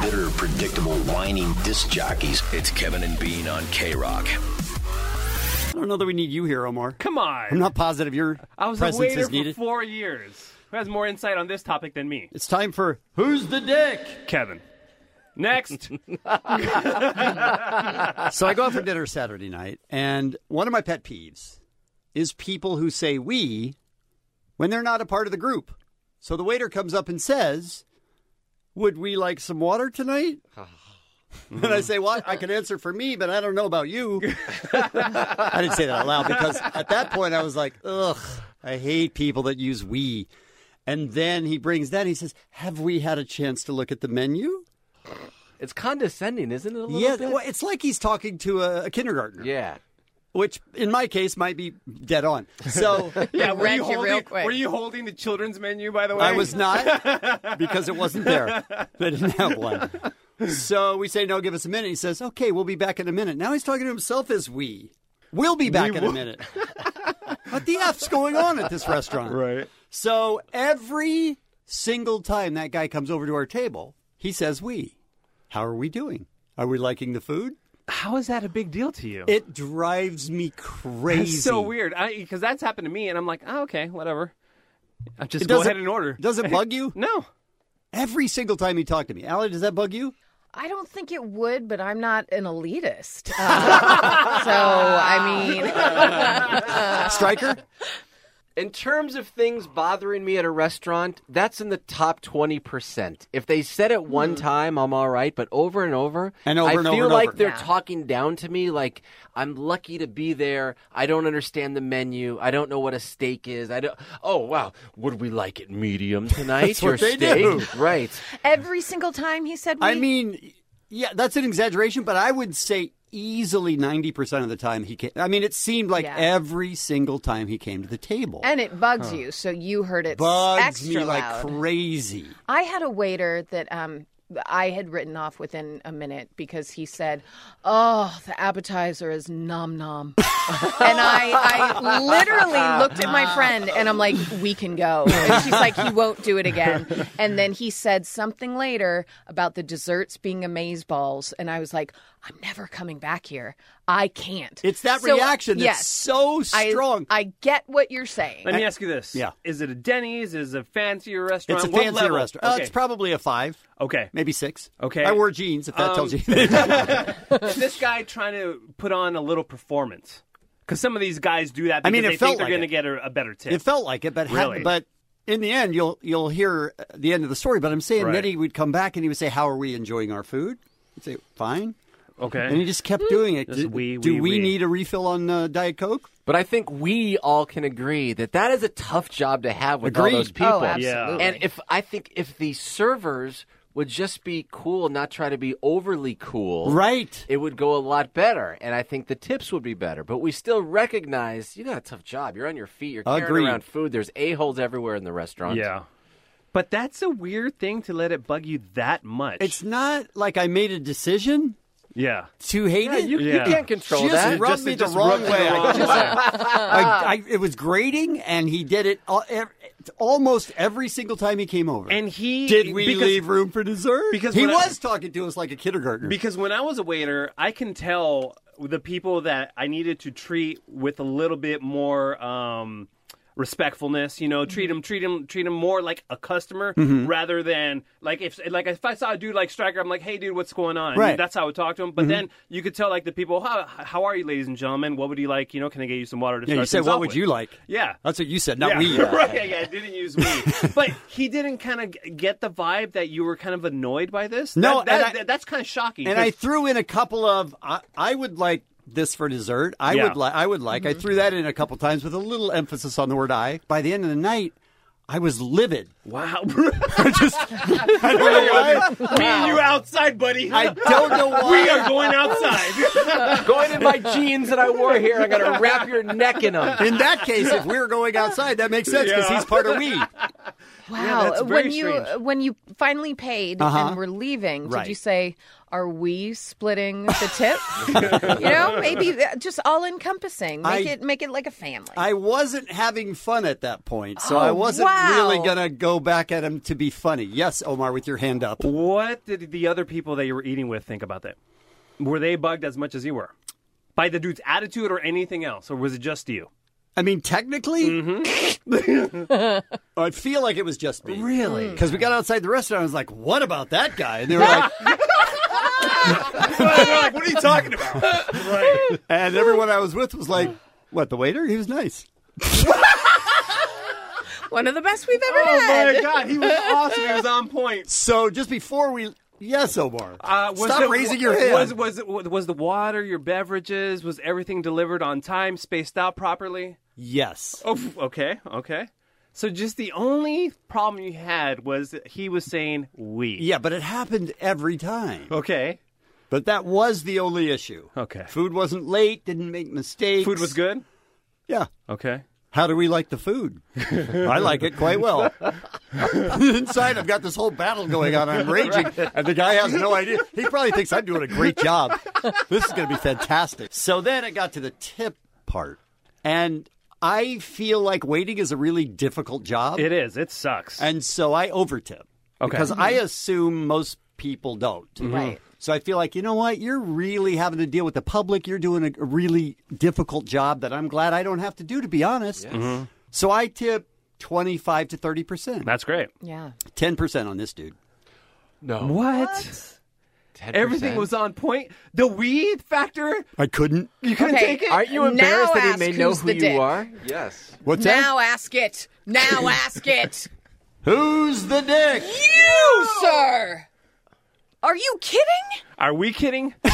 Bitter, predictable, whining disc jockeys. It's Kevin and Bean on K Rock.
I don't know that we need you here, Omar.
Come on.
I'm not positive your
I was
presence
a waiter
is
for
needed.
four years. Who has more insight on this topic than me?
It's time for Who's the Dick?
Kevin. Next.
so I go out for dinner Saturday night, and one of my pet peeves is people who say we when they're not a part of the group. So the waiter comes up and says, Would we like some water tonight? And I say, Well, I can answer for me, but I don't know about you. I didn't say that out loud because at that point I was like, Ugh, I hate people that use we. And then he brings that, he says, Have we had a chance to look at the menu?
It's condescending, isn't it? A little
yeah,
bit?
well, it's like he's talking to a, a kindergartner.
Yeah.
Which in my case might be dead on. So
yeah, were you,
real
holding,
quick.
were you holding the children's menu, by the way?
I was not because it wasn't there. They didn't have one. So we say, no, give us a minute. He says, okay, we'll be back in a minute. Now he's talking to himself as we. We'll be back in a minute. what the F's going on at this restaurant? Right. So every single time that guy comes over to our table, he says, we. How are we doing? Are we liking the food?
How is that a big deal to you?
It drives me crazy.
It's so weird because that's happened to me, and I'm like, oh, okay, whatever. I Uh, just
It
go
doesn't-
ahead and order.
Does it bug you?
no.
Every single time you talk to me, Allie, does that bug you?
I don't think it would, but I'm not an elitist. Uh, so, I mean,
Striker?
In terms of things bothering me at a restaurant, that's in the top 20%. If they said it one time, I'm all right, but over and over,
And over
I
and over
feel
and
like
over.
they're
Yeah.
talking down to me like I'm lucky to be there. I don't understand the menu. I don't know what a steak is. I don't Oh, wow. Would we like it medium tonight?
That's
Your
what they
steak?
do.
Right.
Every single time he said, we,
I mean, yeah, that's an exaggeration, but I would say easily 90% of the time he came. I mean, it seemed like
Yeah.
every single time he came to the table.
And it bugs
Huh.
you, so you heard it
Bugs
extra
me like
loud.
crazy.
I had a waiter that um, I had written off within a minute because he said, "Oh, the appetizer is nom nom," and I, I literally looked at my friend and I'm like, "We can go," and she's like, "He won't do it again." And then he said something later about the desserts being amaze balls, and I was like, "I'm never coming back here. I can't."
It's that
So,
reaction that's
yes,
so
I-
strong.
I, get what you're saying.
Let me ask you this.
Yeah.
Is it a Denny's? Is it a fancier restaurant?
It's a
What
fancier
level?
restaurant. Uh,
Okay.
it's probably a five.
Okay.
Maybe six.
Okay.
I wore jeans, if that
Um,
tells you. anything.
Is this guy trying to put on a little performance? Because some of these guys do that. Because
I mean, it
they
felt
think they're
like
going to
it.
get a, a better tip.
It felt like it, but ha-
Really?
but in the end, you'll you'll hear uh, the end of the story. But I'm saying
Right.
then he would come back and he would say, "How are we enjoying our food?" I'd say, "Fine."
Okay.
And he just kept doing it.
Just
do
we,
do
we,
we,
we.
need a refill on uh, Diet Coke?
But I think we all can agree that that is a tough job to have with all
Agreed.
those
Oh,
people.
absolutely.
And if I think if the servers would just be cool, and not try to be overly cool,
right?
It would go a lot better, and I think the tips would be better. But we still recognize you got a tough job. You're on your feet. You're carrying
Agreed.
around food. There's a holes everywhere in the restaurant.
Yeah. But that's a weird thing to let it bug you that much.
It's not like I made a decision
yeah.
to hate
Yeah,
it.
you- you Yeah. can't control
just
that.
Rubbed
Just-
me
just
the wrong
rubbed you the
way. I
wrong
just-
way.
I- I- it was grating, and he did it all, ev- almost every single time he came over.
And he
did we
because-
leave room for dessert?
because
he
when I-
was talking to us like a kindergartner.
Because when I was a waiter, I can tell the people that I needed to treat with a little bit more um, respectfulness. You know,
Mm-hmm.
treat them, treat them, treat them more like a customer
Mhm.
rather than like if like if I saw a dude like Striker, I'm like, hey, dude, what's going on?
Right.
That's how I would talk to him. But
Mhm.
then you could tell like the people, how, how are you, ladies and gentlemen? What would you like? You know, can I get you some water to
yeah,
start
you said,
things
"What
off
would
with?"
you like?"
Yeah.
that's what you said, not we.
right, yeah, yeah, I didn't use we. but he didn't kind of get the vibe that you were kind of annoyed by this.
No,
That- that-
and I-
that- that's kind of shocking.
and I
'cause-
threw in a couple of I, I would like this for dessert. I
Yeah.
would like I would like. I threw that in a couple times with a little emphasis on the word I. By the end of the night, I was livid.
Wow.
I don't know why.
Me and you outside, buddy.
I don't know why.
We are going outside.
going in my jeans that I wore here. I got to wrap your neck in them.
In that case, if we were going outside, that makes sense because
Yeah.
he's part of we.
Wow. uh,
that's very
when you
strange.
when you finally paid
Uh-huh.
and were leaving,
Right.
did you say, "Are we splitting the tip?" you know, maybe th- just all encompassing. Make
I-
it make it like a family.
I wasn't having fun at that point, so
Oh,
I wasn't
wow.
really gonna go back at him to be funny. Yes, Omar, with your hand up.
what did the other people that you were eating with think about that? Were they bugged as much as you were? By the dude's attitude or anything else? Or was it just you?
I mean, technically, I feel like it was just me. Really? Because we got outside the restaurant, I was like, "What about that guy?" And they were like,
"What are you talking about?"
right. And everyone I was with was like, "What? The waiter? He was nice."
One of the best we've ever
Oh,
had.
my God. He was awesome. He was on point.
So just before we, yes, Omar,
Uh, was
stop
the-
raising your hand.
Was, was, was, was the water, your beverages, was everything delivered on time, spaced out properly?
yes.
Oh, f- okay, okay. So just the only problem you had was that he was saying we.
Yeah, but it happened every time.
Okay.
But that was the only issue.
Okay.
Food wasn't late. Didn't make mistakes.
Food was good?
Yeah.
Okay.
How do we like the food? I like it quite well. Inside, I've got this whole battle going on. I'm raging, and the guy has no idea. He probably thinks I'm doing a great job. This is going to be fantastic. So then it got to the tip part, and I feel like waiting is a really difficult job.
It is. It sucks.
And so I overtip
Okay.
because I assume most people don't.
Mm-hmm.
Mhm. Right.
So I feel like you know what you're really having to deal with the public. You're doing a- a really difficult job that I'm glad I don't have to do. To be honest,
Mm-hmm.
so I tip twenty five to thirty percent.
That's great.
Yeah.
Ten percent on this dude.
No.
What? Everything was on point. The weed factor.
I couldn't.
You couldn't
Okay,
take it.
Aren't you now embarrassed that he ask may know who's who the you dick. are?
Yes.
What's
now
that?
ask it. Now ask it.
Who's the dick?
You, sir. Are you kidding?
Are we kidding?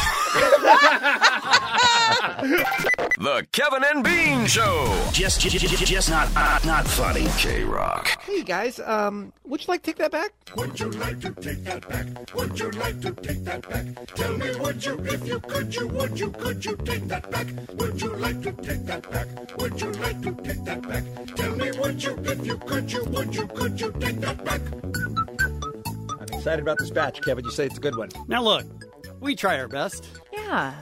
The Kevin and Bean Show. Just, just, just not, not, not funny. K Rock.
Hey guys, um, would you like to take that back?
Would you like to take that back? Would you like to take that back? Tell me, would you, if you could, you would you, could you take that back? Would you like to take that back? Would you like to take that back? Tell me, would you, if you could, you would you, could you take that back?
I'm excited about this batch, Kevin. You say it's a good one.
Now look, we try our best.
Yeah.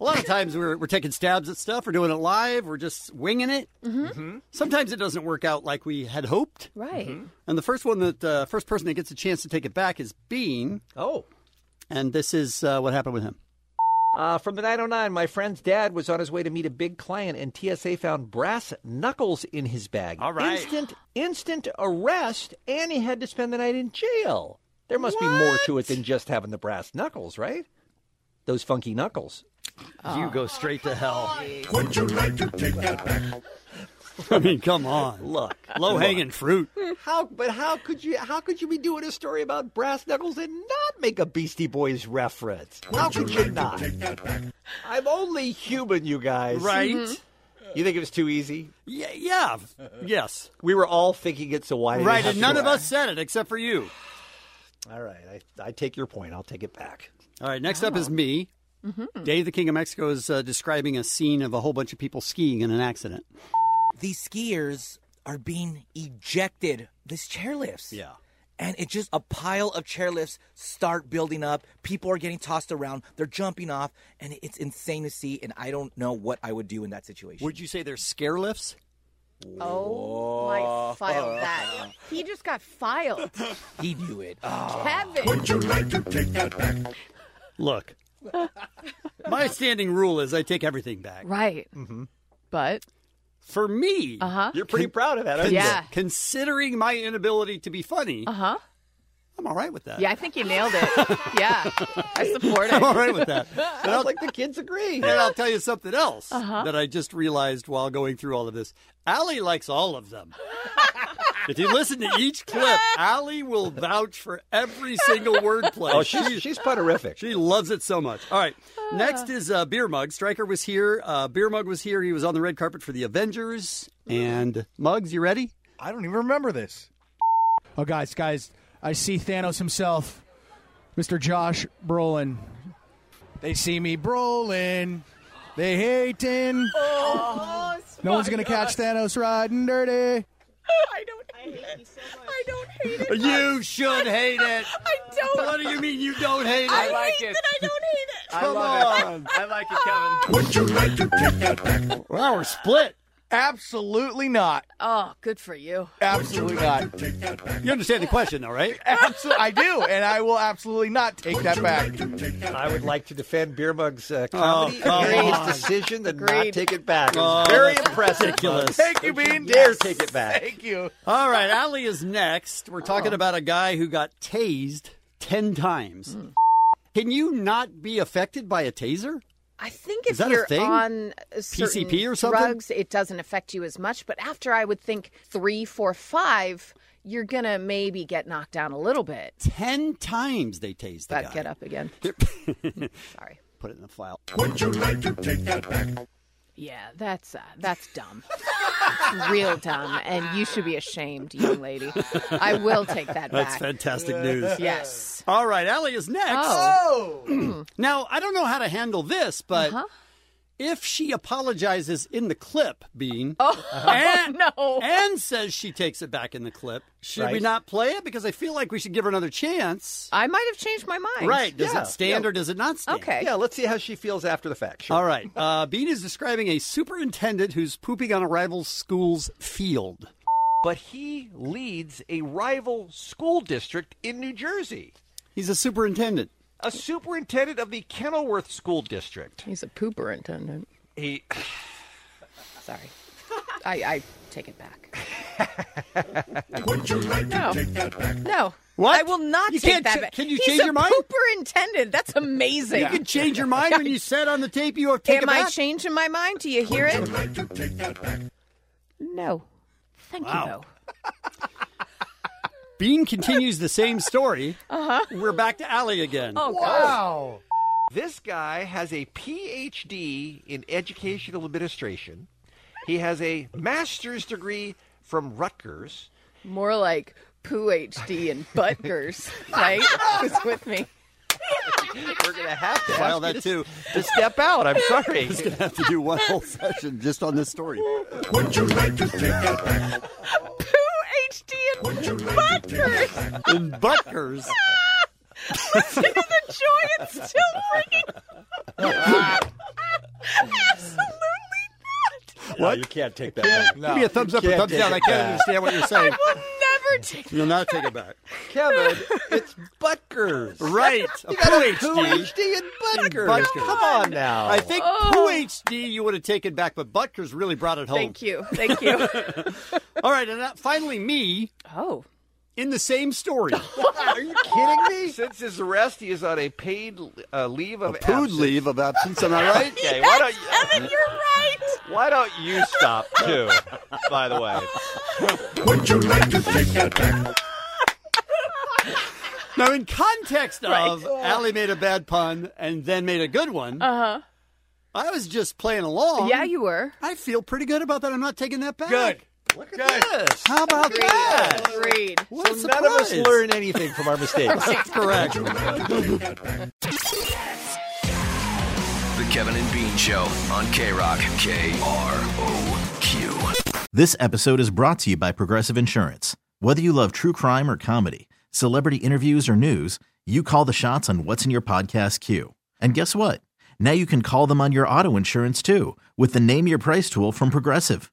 A lot of times we're, we're taking stabs at stuff, we're doing it live, we're just winging it.
Mm-hmm.
Sometimes it doesn't work out like we had hoped.
Right.
And the first one that uh, first person that gets a chance to take it back is Bean.
Oh.
And this is uh, what happened with him.
Uh, from the 909, my friend's dad was on his way to meet a big client, and TSA found brass knuckles in his bag. All
right.
Instant, instant arrest, and he had to spend the night in jail. There must be more to it than just having the brass knuckles, right? Those funky knuckles.
Oh. You go straight to hell.
Would you like to take that back?
I mean, come on.
Look,
low hanging fruit.
How? But how could you? How could you be doing a story about brass knuckles and not make a Beastie Boys reference? How could you not? I'm only human, you guys.
Right? Mhm.
Mm-hmm.
You think it was too easy?
Yeah, yeah, yes.
We were all thinking it, so why? did it
right,
have
and
to
none of
work?
us said it except for you.
All right, I, I take your point. I'll take it back.
All right, next up is me. Dave, the King of Mexico, is uh, describing a scene of a whole bunch of people skiing in an accident.
These skiers are being ejected. This chairlifts. Yeah. And it's just a pile of chairlifts start building up. People are getting tossed around. They're jumping off, and it's insane to see. And I don't know what I would do in that situation.
Would you say they're scare lifts?
Oh,
My filed that. He just got filed.
He knew it.
Kevin.
Would you like to take that back?
Look, my standing rule is I take everything back.
Right.
Mm-hmm.
But
For me,
Uh-huh.
You're pretty proud of that, aren't you?
Yeah.
Considering my inability to be funny,
uh huh.
I'm all right with that.
Yeah, I think you nailed it. yeah, I support it.
I'm all right with that. And I'll,
the kids agree.
and I'll tell you something else
Uh-huh.
that I just realized while going through all of this. Allie likes all of them. if you listen to each clip, Allie will vouch for every single wordplay.
Oh, she's- she's honorific.
She loves it so much. All right. Next is uh, Beer Mug. Stryker was here. Uh, Beer Mug was here. He was on the red carpet for the Avengers. And Muggs, you ready?
I don't even remember this.
Oh, guys, guys, I see Thanos himself, Mr. Josh Brolin. They see me Brolin. They hating.
Oh,
no one's gonna catch Thanos riding dirty.
I don't hate it. I
don't hate
it.
You should hate it.
I don't.
What do you mean you don't hate it?
I like it.
I Come
love it.
on.
I like it, Kevin.
Would you like to take that back?
Wow, we're split. Absolutely not.
Oh, good for you.
Absolutely not.
You understand the question, though, right?
Absolutely, I do, and I will absolutely not take that back.
I would like to defend Beer Mug's
Oh,
uh, comedy
come
and
on.
his decision to not take it back. It was
Oh,
very
that's
impressive.
ridiculous.
Thank
you,
Bean.
Dare
Yes.
take it back.
Thank you.
All right, Allie is next. We're talking
Oh.
about a guy who got tased 10 times.
Hmm.
Can you not be affected by a taser?
I think
Is
if
that a
you're
thing?
on a certain
PCP or something?
drugs, it doesn't affect you as much. But after I would think three, four, five, you're gonna maybe get knocked down a little bit.
10 times they tased the
But
guy.
get up again.
Sorry. Put it in the file.
Would you like to take that back?
Yeah, that's uh, that's dumb. It's real dumb, and you should be ashamed, young lady. I will take that
That's
back.
fantastic news.
Yes.
All right, Allie is next.
Oh. Uh-huh.
now, I don't know how to handle this, but if she apologizes in the clip, Bean,
Oh.
and,
no.
and says she takes it back in the clip, should we
Right.
not play it? Because I feel like we should give her another chance.
I might have changed my mind.
Right. Does it stand or does it not stand?
Okay.
Yeah, let's see how she feels after the fact. Sure.
All right. Uh, Bean is describing a superintendent who's pooping on a rival school's field.
But he leads a rival school district in New Jersey.
He's a superintendent.
A superintendent of the Kenilworth School District.
He's a pooper intendant.
He
Sorry. I, I take it back.
Would you like to
No. Oh,
take that back?
No.
What?
I will not
You
take
can't
that
cha-
back.
can you
He's
change
a
your mind?
Superintendent. That's amazing.
You can change your mind when you said on the tape you have
Am
taken
I
back.
changing my mind? Do you hear it? No. Thank you, though.
Wow. Bean continues the same story. Uh-huh. We're back to Allie again.
Oh, gosh. Wow. This guy has a PhD in educational administration. He has a master's degree from Rutgers.
More like poo HD and Butgers, right? Who's with me?
We're going to have to
File
ask you
that
to-
too.
to step out. I'm sorry.
Just gonna have to do one whole session just on this story.
Would you like to take that back?
HD and Butgers.
In Butgers.
Listening to the joy it's still bringing. Absolutely
No, you can't take that back.
Give me a thumbs up or
Can't
thumbs
take
down.
it
I can't
back.
understand what you're saying.
never take.
You'll not take it back.
Kevin, it's Butgers.
Right.
You
a
got a
PhD.
PhD in Butgers. Come on now.
I think
Oh.
PhD you would have taken back, but Butker's really brought it home.
Thank you. Thank you.
All right, and that, finally me.
Oh.
In the same story.
Are you kidding me? Since his arrest, he is on a paid uh, leave of
Food
absence.
leave of absence, am I right?
Okay, why don't you,
Evan, you're right.
why don't you stop too? By the way,
Would you like to take that back?
Now, in context
Right.
Oh.
of Allie made a bad pun and then made a good one,
Uh huh.
I was just playing along.
Yeah, you were.
I feel pretty good about that. I'm not taking that back.
Good.
Look at this. How about that?
Agreed.
What a
so none of us
surprise.
learn anything from our mistakes.
That's correct.
The Kevin and Bean Show on K Rock. K R O Q.
This episode is brought to you by Progressive Insurance. Whether you love true crime or comedy, celebrity interviews or news, you call the shots on what's in your podcast queue. And guess what? Now you can call them on your auto insurance too with the Name Your Price tool from Progressive.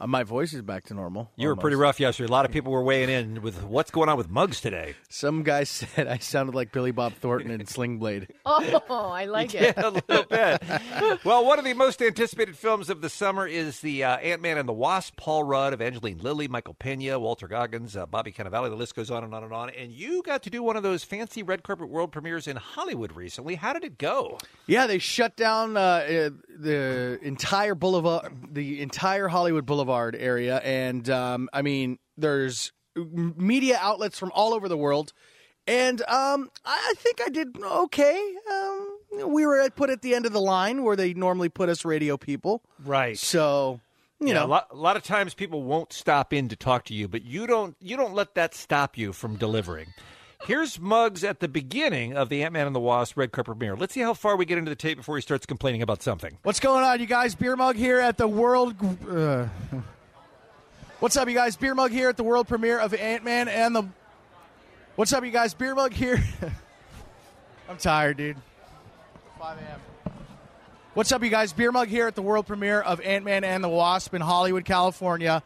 Uh, my voice is back to normal.
you were
almost.
pretty rough yesterday. A lot of people were weighing in with what's going on with mugs today.
Some guy said I sounded like Billy Bob Thornton in Sling Blade.
Oh, I like
Yeah,
it.
a little bit. well, one of the most anticipated films of the summer is the uh, Ant Man and the Wasp. Paul Rudd, Evangeline Lilly, Michael Pena, Walter Goggins, uh, Bobby Cannavale. The list goes on and on and on. And you got to do one of those fancy red carpet world premieres in Hollywood recently. How did it go?
Yeah, they shut down uh, uh, the entire boulevard, the entire Hollywood Boulevard area, and um, I mean, there's m- media outlets from all over the world, and um, I I think I did okay. Um, we were put at the end of the line where they normally put us radio people,
Right.
So you
Yeah,
know,
a lot, a lot of times people won't stop in to talk to you, but you don't you don't let that stop you from delivering. Here's Muggs at the beginning of the Ant Man and the Wasp red carpet premiere. Let's see how far we get into the tape before he starts complaining about something.
What's going on, you guys? Beer Mug here at the World. Uh, what's up, you guys? Beer Mug here at the world premiere of Ant Man and the. What's up, you guys? Beer Mug here. I'm tired, dude. 5 a.m. What's up, you guys? Beer Mug here at the world premiere of Ant Man and the Wasp in Hollywood, California.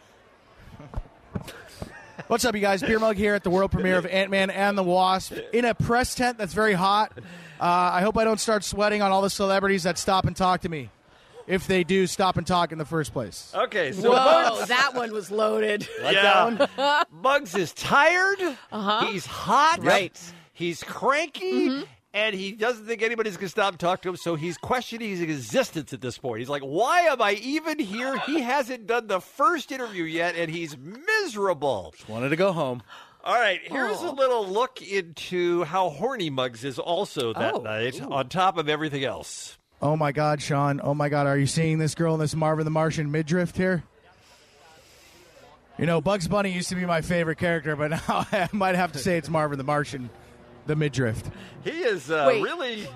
What's up, you guys? Beer Mug here at the world premiere of Ant Man and the Wasp in a press tent that's very hot. Uh, I hope I don't start sweating on all the celebrities that stop and talk to me. If they do, stop and talk in the first place.
Okay,
so
Whoa,
Bugs-
that one was loaded.
Muggs is tired.
Uh-huh.
He's hot.
Right.
He's cranky. And he doesn't think anybody's going to stop and talk to him, so he's questioning his existence at this point. He's like, Why am I even here? He hasn't done the first interview yet, and he's miserable.
wanted to go home.
All right, here's a little look into how horny Muggs is also that night, on top of everything else.
Oh my God, Sean. Oh my God, are you seeing this girl in this Marvin the Martian midriff here? You know, Bugs Bunny used to be my favorite character, but now I might have to say it's Marvin the Martian, the midriff.
He is uh,
Wait.
really.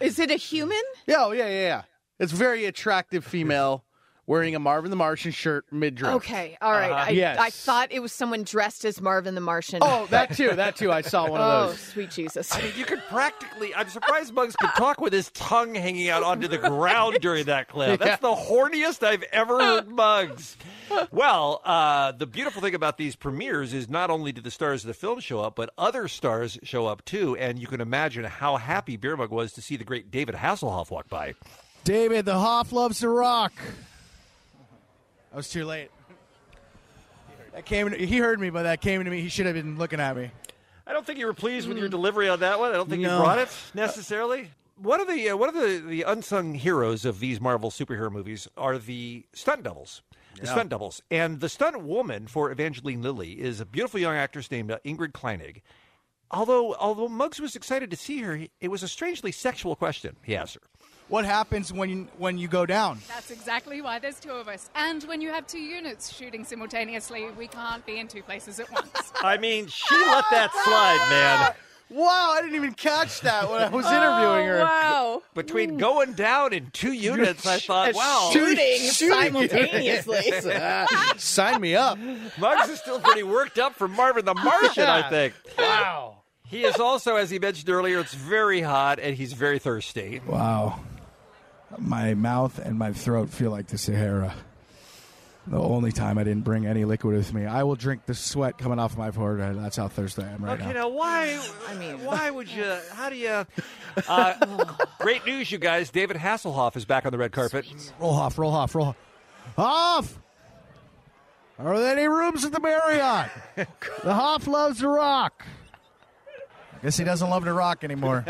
Is it a human?
Yeah, oh, yeah, yeah, yeah. It's very attractive female
wearing a Marvin the Martian shirt mid drip.
Okay, all right.
Uh-huh.
I,
yes.
I thought it was someone dressed as Marvin the Martian.
Oh, that too. That too. I saw one
oh,
of those.
sweet Jesus.
I mean, you could practically. I'm surprised Muggs could talk with his tongue hanging out onto the ground during that clip. That's
Yeah.
the horniest I've ever heard Muggs. Well, uh, the beautiful thing about these premieres is not only do the stars of the film show up, but other stars show up too. And you can imagine how happy Beer Mug was to see the great David Hasselhoff walk by.
David, the Hoff loves to rock. I was too late. That came. He heard me, but that came to me. He should have been looking at me.
I don't think you were pleased with your delivery on that one. I don't think
No.
you brought it necessarily. One of Uh, the uh, one of the, the unsung heroes of these Marvel superhero movies are the stunt doubles. The
Yeah.
stunt doubles. And the stunt woman for Evangeline Lilly is a beautiful young actress named uh, Ingrid Kleinig. Although although Muggs was excited to see her, he- it was a strangely sexual question he asked her.
What happens when you, when you go down?
That's exactly why there's two of us. And when you have two units shooting simultaneously, we can't be in two places at once.
I mean, she let that slide,
Oh,
man.
Wow, I didn't even catch that when I was
Oh,
interviewing her.
wow.
Between going down in two units, I thought,
And
wow.
shooting simultaneously. Sign me up.
Muggs is still pretty worked up from Marvin the Martian, I think. Wow. He is also, as he mentioned earlier, it's very hot and he's very thirsty.
Wow. My mouth and my throat feel like the Sahara. The only time I didn't bring any liquid with me. I will drink the sweat coming off my forehead. That's how thirsty I am right
Okay,
now.
now why? I mean, why would you? How do you? Uh, great news, you guys! David Hasselhoff is back on the red carpet.
Roll off, roll off, roll off. Off! Are there any rooms at the Marriott? the Hoff loves to rock. I guess he doesn't love to rock anymore.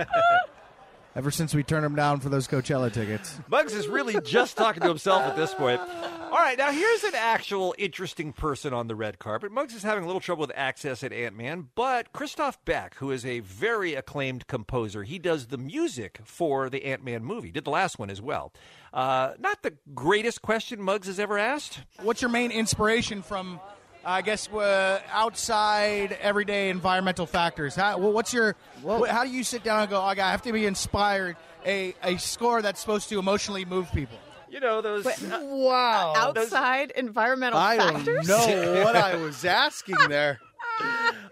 Ever since we turned him down for those Coachella tickets.
Muggs is really just talking to himself at this point. All right, now here's an actual interesting person on the red carpet. Muggs is having a little trouble with access at Ant Man, but Christoph Beck, who is a very acclaimed composer, he does the music for the Ant Man movie, did the last one as well. Uh, not the greatest question Muggs has ever asked.
What's your main inspiration from, I guess, uh, outside everyday environmental factors? How, wh- what's your? wh- how do you sit down and go? "Okay, I have to be inspired. A a score that's supposed to emotionally move people.
You know those.
uh,
wow. Outside environmental
I don't
factors.
know what I
was asking there.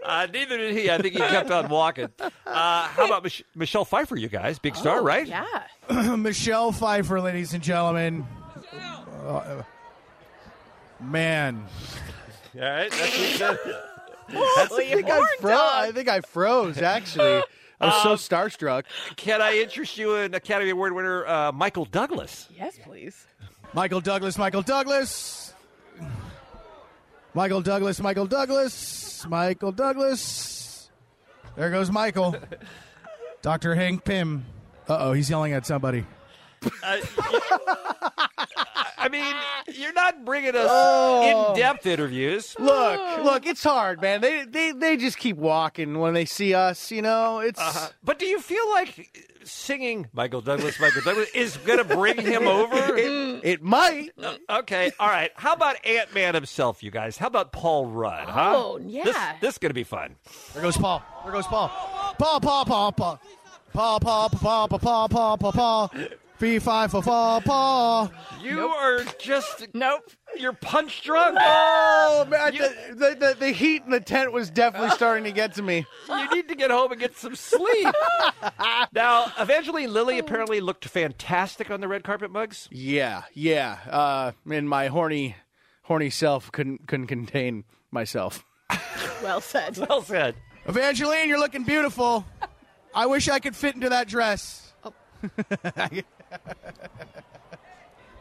Uh, neither did he. I think he kept on walking. Uh, how about Mich- Michelle Pfeiffer, you guys? Big
Oh,
star, right?
Yeah. Michelle Pfeiffer, ladies and gentlemen. Uh, man,
All right. That's what he said.
That's, I, think I, fro- I think I froze, actually. I was so starstruck.
Um, Can I interest you in Academy Award winner uh, Michael Douglas?
Yes, please.
Michael Douglas, Michael Douglas. Michael Douglas, Michael Douglas, Michael Douglas. There goes Michael. Dr. Hank Pym. Uh oh, he's yelling at somebody.
I mean, you're not bringing us
Oh.
in-depth interviews.
Look, look, it's hard, man. They they they just keep walking when they see us, you know. It's
Uh-huh. But do you feel like singing Michael Douglas, Michael Douglas is going to bring him over? Uh,
It, it might.
Okay, all right. How about Ant Man himself, you guys? How about Paul Rudd? Huh?
Oh, yeah.
This, this is going to be fun.
There goes Paul. There goes Paul. Paul, Paul, Paul, Paul. Paul, Paul, Paul, Paul, Paul, Paul, Paul, Paul. Fee, fi, fa, fa, Paul.
You are just
nope.
You're punch drunk.
Oh man, the, the, the the heat in the tent was definitely starting to get to me.
You need to get home and get some sleep. now, Evangeline Lilly apparently looked fantastic on the red carpet mugs.
Yeah, yeah. Uh, and my horny, horny self couldn't couldn't contain myself.
Well said.
Well said.
Evangeline, you're looking beautiful. I wish I could fit into that dress.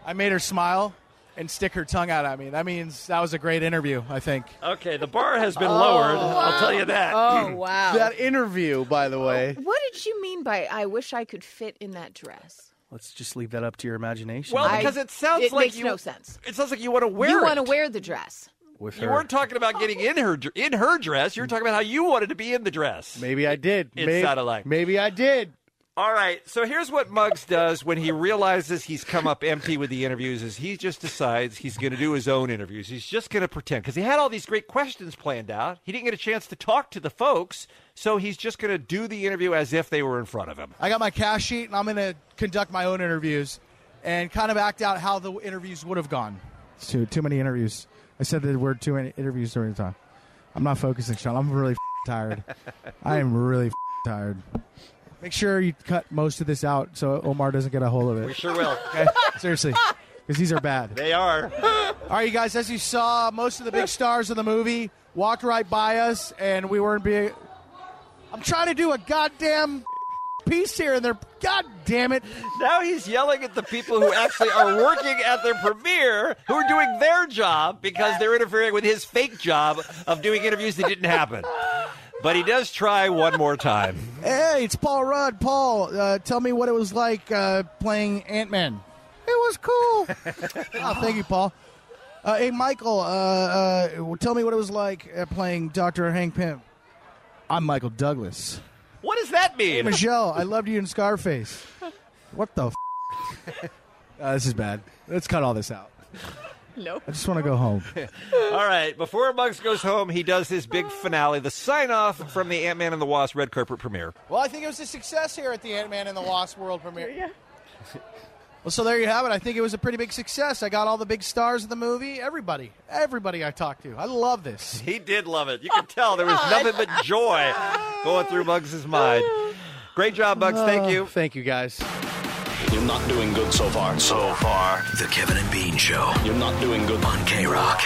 I made her smile and stick her tongue out at me. That means that was a great interview, I think.
Okay, the bar has been lowered. I'll tell you that.
Oh, wow.
That interview, by the way.
What did you mean by "I wish I could fit in that dress"?
Let's just leave that up to your imagination.
Well, because it sounds
it
like
makes
you,
no sense.
It sounds like you want to wear
you
it.
want to wear the dress.
With
you
her.
weren't talking about getting in her dr- in her dress. You were talking about how you wanted to be in the dress.
maybe I did.
It
maybe,
sounded like.
Maybe I did.
All right, so here's what Muggs does when he realizes he's come up empty with the interviews is he just decides he's going to do his own interviews. He's just going to pretend cuz he had all these great questions planned out. He didn't get a chance to talk to the folks, so he's just going to do the interview as if they were in front of him.
I got my cash sheet and I'm going to conduct my own interviews.
and kind of act out how the interviews would have gone.
It's too too many interviews. I said the word too many interviews during the time. I'm not focusing, Sean. I'm really tired. I am really tired. Make sure you cut most of this out so Omar doesn't get a hold of it.
We sure will.
Okay? Seriously, because these are bad.
They are.
All right, you guys. As you saw, most of the big stars of the movie walked right by us, and we weren't being. I'm trying to do a goddamn piece here, and they're god damn it.
Now he's yelling at the people who actually are working at their premiere, who are doing their job because they're interfering with his fake job of doing interviews that didn't happen. But he does try one more time.
Hey, it's Paul Rudd. Paul, uh, tell me what it was like uh, playing Ant Man. It was cool. oh, thank you, Paul. Uh, hey, Michael, uh, uh, tell me what it was like uh, playing Dr. Hank Pym.
I'm Michael Douglas.
What does that mean?
Hey, Michelle, I loved you in Scarface. What the? F- Uh, this is bad. Let's cut all this out.
Nope.
I just want to go home.
All right. Before Muggs goes home, he does his big finale, the sign off from the Ant Man and the Wasp red carpet premiere.
Well, I think it was a success here at the Ant Man and the Wasp World premiere. Yeah. Well, so there you have it. I think it was a pretty big success. I got all the big stars of the movie. Everybody, everybody I talked to. I love this.
He did love it. You can tell there was nothing but joy going through Muggs' mind. Great job, Muggs. Thank you.
Oh, Thank you, guys.
You're not doing good so far. So far. The Kevin and Bean Show. You're not doing good on K Rock.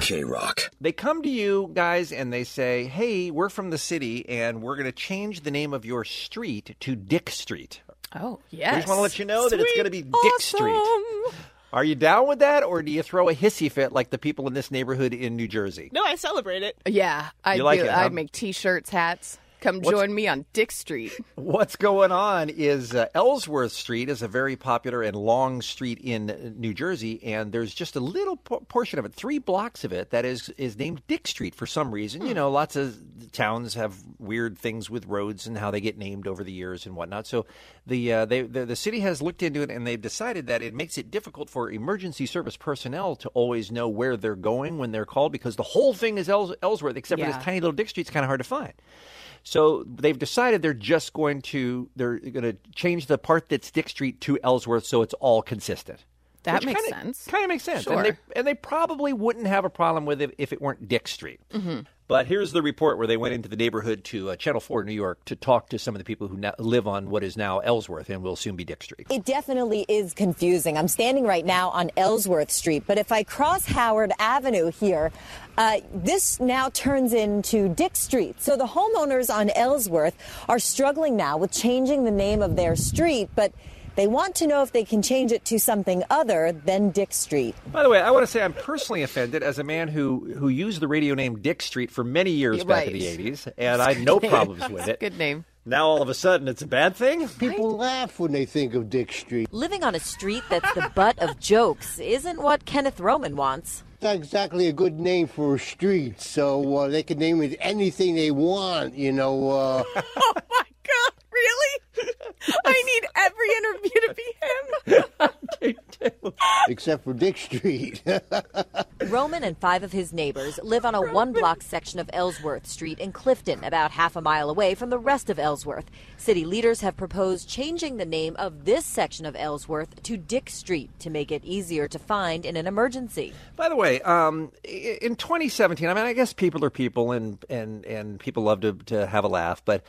K Rock.
They come to you guys and they say, "Hey, we're from the city and we're going to change the name of your street to Dick Street."
Oh,
We just want to let you know that it's going to be Dick
Awesome.
Street. Are you down with that, or do you throw a hissy fit like the people in this neighborhood in New Jersey?
No, I celebrate it. Yeah, I'd,
like
do-
it, huh?
I'd make t-shirts, hats. Come
What's-
join me on Dick Street.
What's going on is uh, Ellsworth Street is a very popular and long street in uh, New Jersey, and there's just a little por- portion of it, three blocks of it, that is is named Dick Street for some reason. You know, lots of towns have weird things with roads and how they get named over the years and whatnot. So the uh, they the, the city has looked into it and they've decided that it makes it difficult for emergency service personnel to always know where they're going when they're called because the whole thing is Ells- Ellsworth, except for
Yeah.
this tiny little Dick Street's kind of hard to find. So they've decided they're just going to they're going to change the part that's Dick Street to Ellsworth, so it's all consistent.
That
Which
makes
kinda-
sense.
Kind of makes sense.
Sure.
And, they, and they probably wouldn't have a problem with it if it weren't Dick Street.
Mhm.
But here's the report where they went into the neighborhood to uh, Channel 4 New York to talk to some of the people who now live on what is now Ellsworth and will soon be Dick Street.
It definitely is confusing. I'm standing right now on Ellsworth Street, but if I cross Howard Avenue here, uh, this now turns into Dick Street. So the homeowners on Ellsworth are struggling now with changing the name of their street, but they want to know if they can change it to something other than Dick Street.
By the way, I want to say I'm personally offended as a man who who used the radio name Dick Street for many years
You're
back in
right.
the 80s, and I had no problems with it.
Good name.
Now all of a sudden it's a bad thing?
People
laugh when they think of Dick Street.
Living on a street that's the butt of jokes isn't what Kenneth Roman wants.
It's not exactly a good name for a street, so uh, they can name it anything they want, you know. Uh,
Really? I need every interview to be him.
except for Dick Street.
Roman and five of his neighbors live on a one block section of Ellsworth Street in Clifton, about half a mile away from the rest of Ellsworth. City leaders have proposed changing the name of this section of Ellsworth to Dick Street to make it easier to find in an emergency.
By the way, um, i- in 2017, I mean, I guess people are people, and and and people love to to have a laugh. But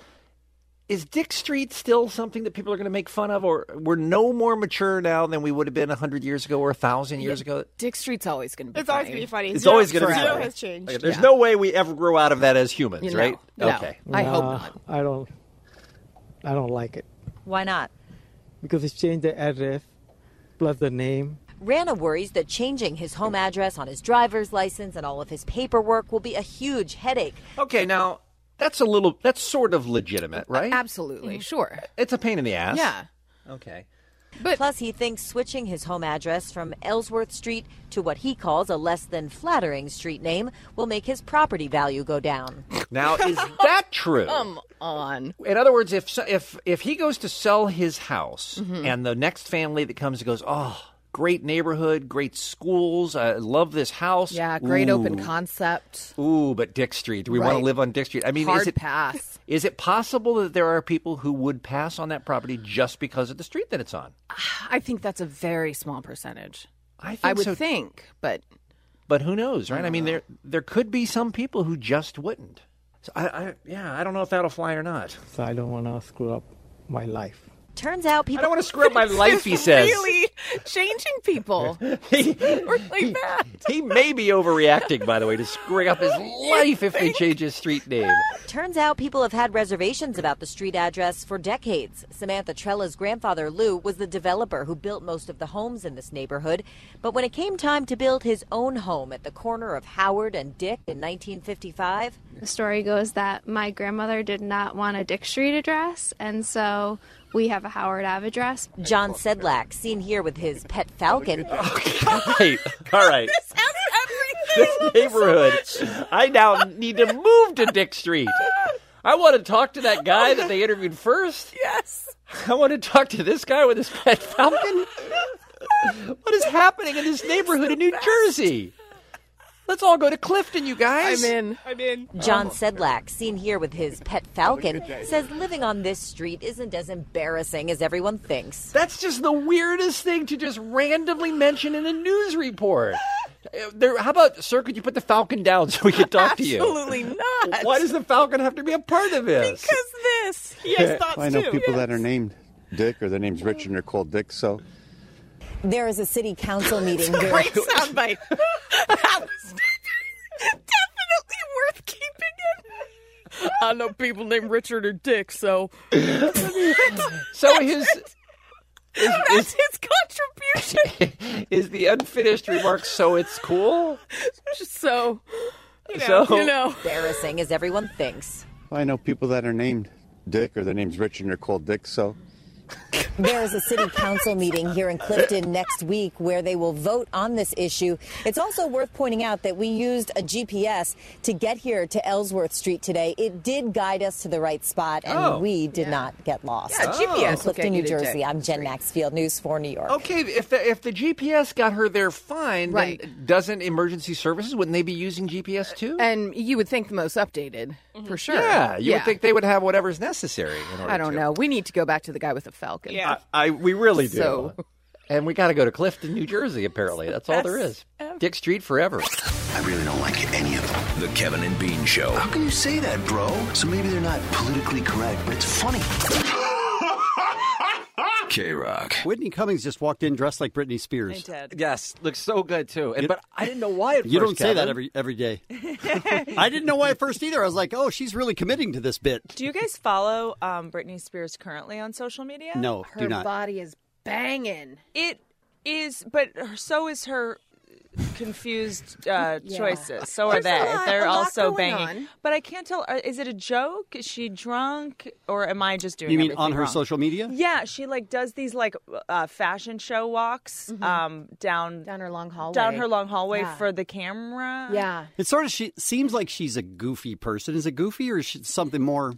is Dick Street still something that people are going to make fun of, or we're no more mature now than we would have been hundred years ago or thousand years ago?
Dick Street's always going to be.
It's always gonna be funny.
It's
Zero-
always going to be.
zero
funny.
has changed.
Okay, there's
Yeah.
no way we ever grow out of that as humans,
No,
right?
no.
Okay.
I hope
Nah,
not.
I don't. I don't like it
Why not?
because it's changed the address plus the name.
Rana worries that changing his home address on his driver's license and all of his paperwork will be a huge headache.
Okay. Now that's a little. That's sort of legitimate, right?
Absolutely,
sure.
It's a pain in the ass.
Yeah.
Okay.
Plus, he thinks switching his home address from Ellsworth Street to what he calls a less than flattering street name will make his property value go down.
Now is that true?
Come on.
In other words, if if if he goes to sell his house
Mhm.
Mm-hmm.
and the next family that comes goes, oh, Great neighborhood, great schools. I love this house.
Yeah, great open
Ooh.
concept.
Ooh, but Dick Street. Do we want
Right.
to live on Dick Street? I mean,
Hard
is it
pass.
is it possible that there are people who would pass on that property just because of the street that it's on?
I think that's a very small percentage.
I, think
would
so.
think, but Uh.
But who knows, right? I,
don't
mean,
know.
there there could be some people who just wouldn't. So I, I yeah, I don't know if that'll fly or not.
So I don't want to screw up my life.
Turns out people.
I don't want to screw up my life. He says
really changing people. We're like that.
he may be overreacting. By the way, to screwing up his life if they change his street name.
Turns out people have had reservations about the street address for decades. Samantha Trella's grandfather, Lou, was the developer who built most of the homes in this neighborhood. But when it came time to build his own home at the corner of Howard and Dick in 1955,
The story goes that my grandmother did not want a Dick Street address, and so we have a Howard Ave address.
John Sedlak, seen here with his pet falcon,
Right. All right. This neighborhood. I now need to move to Dick Street. I want to talk to that guy that they interviewed first.
Yes.
I want to talk to this guy with his pet falcon. what is happening in this neighborhood in New Jersey? Let's all go to Clifton, you guys.
I'm in.
I'm in.
John Sedlak, seen here with his pet falcon, says living on this street isn't as embarrassing as everyone thinks.
That's just the weirdest thing to just randomly mention in a news report. Uh, There, how about, sir, could you put the falcon down so we can talk to you?
Absolutely not.
Why does the falcon have to be a part of this?
Because this. He
Yeah, I know people that are named Dick or their name's Rich and they're called Dick. So
There is a city council meeting. where-
Great soundbite. That was definitely worth keeping it. I know people named Richard or Dick, so
so his
Oh, that's his contribution.
is the unfinished remark so Oh, it's cool?
so,
you
know, So- you know.
embarrassing as everyone thinks.
I know people that are named Dick or their name's Rich and they're called Dick. So
There is a city council meeting here in Clifton next week where they will vote on this issue. It's also worth pointing out that we used a GPS to get here to Ellsworth Street today. It did guide us to the right spot, and
Oh.
we did not get lost. Oh.
Yeah, GPS will
Clifton,
get
New
you to
Jersey.
Dick
I'm Jen Maxfield, News 4 New York.
Okay, if the, if the GPS got her there fine, then
Right.
doesn't emergency services wouldn't they be using GPS too?
and you would think the most updated
Mm-hmm.
for sure.
Yeah, you would think they would have whatever's necessary. In order
I don't
to.
know. We need to go back to the guy with the falcon. Yeah,
I, I we really do.
So-
And we got to go to Clifton, New Jersey. Apparently, that's all there is. Dick Street forever.
I really don't like any of them. The Kevin and Bean Show. How can you say that, bro? So maybe they're not politically correct, but it's funny.
K Rock. Whitney Cummings just walked in dressed like Britney Spears.
Yes, looks so good too. And
You-
but I didn't know why at
You
first,
don't say that
Kevin.
every every day. I didn't know why at first either. I was like, oh, she's really committing to this bit.
Do you guys follow um, Britney Spears currently on social media?
No, do not.
body is banging. It is, but her- so is her confused uh,
Yeah.
choices. So are
There's a
they.
lot-
They're
a lot
also
going
banging.
on.
But I can't tell. uh, Is it a joke? Is she drunk, or am I just doing?
You mean
everything
on her
wrong?
social media?
Yeah, she like does these like uh, fashion show walks um, down down her long hallway down her long hallway
Yeah.
for the camera.
Yeah.
It sort of she seems like she's a goofy person. Is it goofy or is she something more?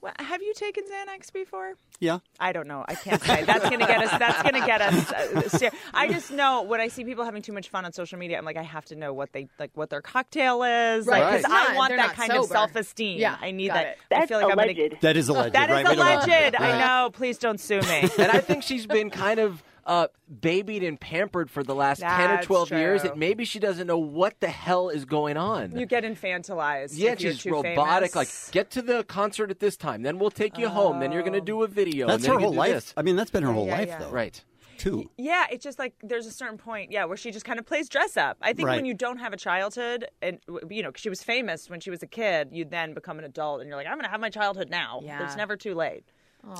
Well, have you taken Xanax before?
Yeah.
I don't know. I can't say. That's gonna get us. That's gonna get us. Uh, ser- I just know when I see people having too much fun on social media, I'm like, I have to know what they like, what their cocktail is,
Right,
Because
'cause
I
not-
want
they're
that
not
kind of
sober.
self-esteem.
Yeah,
I need
got
that.
it.
I feel like I'm gonna.
That is alleged.
That is
right? We don't want-
alleged. I
Right.
know. Please don't sue me.
and I think she's been kind of uh, babied and pampered for the last ten or
That's
twelve years.
true.
That maybe she doesn't know what the hell is going on.
You get infantilized.
yeah,
if you're
she's
too
robotic.
famous.
Like, get to the concert at this time, then we'll take you home. Then you're going to do a video. and
That's
then
her
you
whole
do
life.
this.
I mean, that's been her
Yeah,
whole
Oh. yeah,
life
yeah.
though.
Right.
Too.
Yeah, it's just like there's a certain point, yeah, where she just kind of plays dress up. I think
Right.
when you don't have a childhood, and w- you know, 'cause she was famous when she was a kid, you then become an adult, and you're like, I'm gonna have my childhood now.
Yeah.
It's never too late.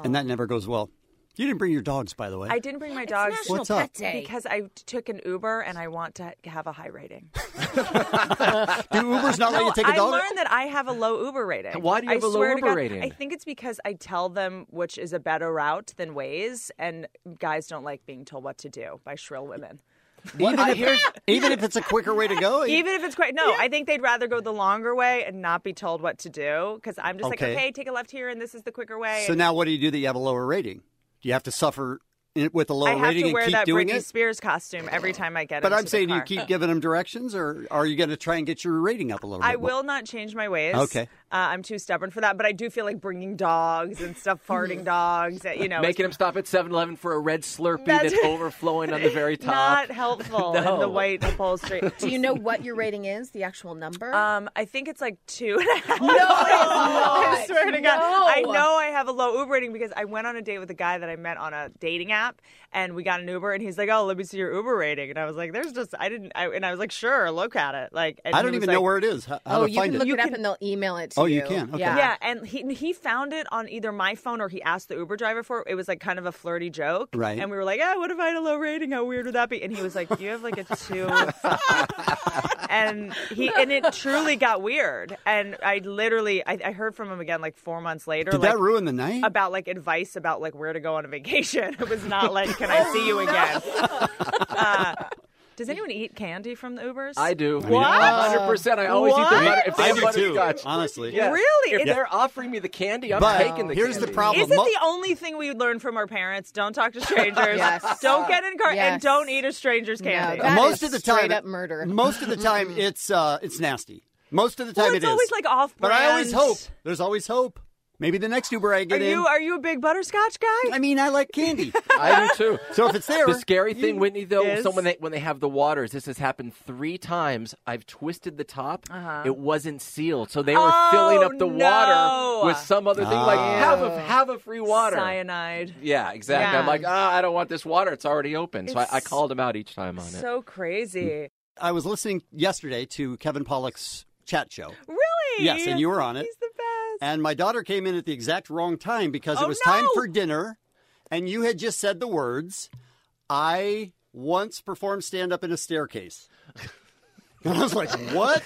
And that never goes well. You didn't bring your dogs, by the way.
I didn't bring my dogs.
National What's up? Pet Day.
Because I took an Uber and I want to have a high rating.
Do Ubers not let
No,
you take a
I
dog?
learned that I have a low Uber rating.
Why do you
I
have a low
swear to
Uber
God,
rating?
I think it's because I tell them which is a better route than Waze, and guys don't like being told what to do by shrill women.
even, if, even if it's a quicker way to go.
Even if it's quite no, I think they'd rather go the longer way and not be told what to do because I'm just
Okay.
like, okay, take a left here and this is the quicker way.
So
and-
now, what do you do that you have a lower rating? Do you have to suffer in- with a low
I have
rating
to wear
and keep
that
doing
Britney
it?
Spears costume every time I get
But
into
I'm
the
saying do you
car.
keep giving them directions, or are you going to try and get your rating up a little
I
bit? more?
will not change my ways.
Okay.
Uh, I'm too stubborn for that, but I do feel like bringing dogs and stuff, farting dogs, uh, you know.
Making him stop at 7 Eleven for a red Slurpee that's,
That's-
overflowing on the very top.
Not helpful in the
No.
white upholstery.
Do you know what your rating is? The actual number?
Um, I think it's like two and a half.
No, it's
I
not.
swear to God.
No.
I know I have a low Uber rating because I went on a date with a guy that I met on a dating app, and we got an Uber, and he's like, "Oh, let me see your Uber rating," and I was like, "There's just I didn't," I, and I was like, "Sure, look at it." Like, and
I
he
don't
was
even
like-
know where it is. How, how
oh,
to
you
find
can
it?
look it up and they'll email it to
Oh,
you.
you can. Okay.
Yeah.
Yeah.
and he he found it on either my phone or he asked the Uber driver for it. It was like kind of a flirty joke,
Right.
And we were like, "Ah, what if I had a low rating? How weird would that be?" And he was like, "You have like a two. and he and it truly got weird. And I literally I, I heard from him again like four months later.
Did
like,
that ruin the night?
About like advice about like where to go on a vacation. It was not like, "Can
Oh,
I see you again?" Uh, does anyone eat candy from the Ubers?
I do.
What?
100%. I always eat the butter. If they
I
have
do too,
butterscotch.
honestly.
Yeah.
Really?
If
Yeah.
they're offering me the candy, I'm
But
taking the
here's
candy.
the problem.
Isn't
Mo-
the only thing we learn from our parents? Don't talk to strangers.
Yes.
Don't get in car and
Yes.
don't eat a stranger's candy.
most of the time,
murder.
Most of the time, it's uh, it's nasty. Most of the time,
Well,
it
it's
is.
always, like,
But I always
off-brand.
hope. There's always hope. Maybe the next Uber I
Are
get in.
you are you a big butterscotch guy?
I mean, I like candy.
I do too.
So if it's there,
the scary thing,
you-
Whitney, though,
Yes.
so when they when they have the waters, this has happened three times. I've twisted the top;
Uh-huh.
it wasn't sealed, so they were filling
Oh,
up the
no.
water with some other thing, like
Ah.
have a have a free water.
Cyanide.
Yeah, exactly. I'm
Yeah.
like, ah, I don't want this water; it's already open. So I, I
It's
called him out each time on it.
So crazy.
I was listening yesterday to Kevin Pollock's chat show.
Really?
Yes, and you were on it. He's
the best. Oh,
And my daughter came in at the exact wrong time because it was time for dinner, and you had just said the words, "I once performed stand up in a staircase." And I was like, "What?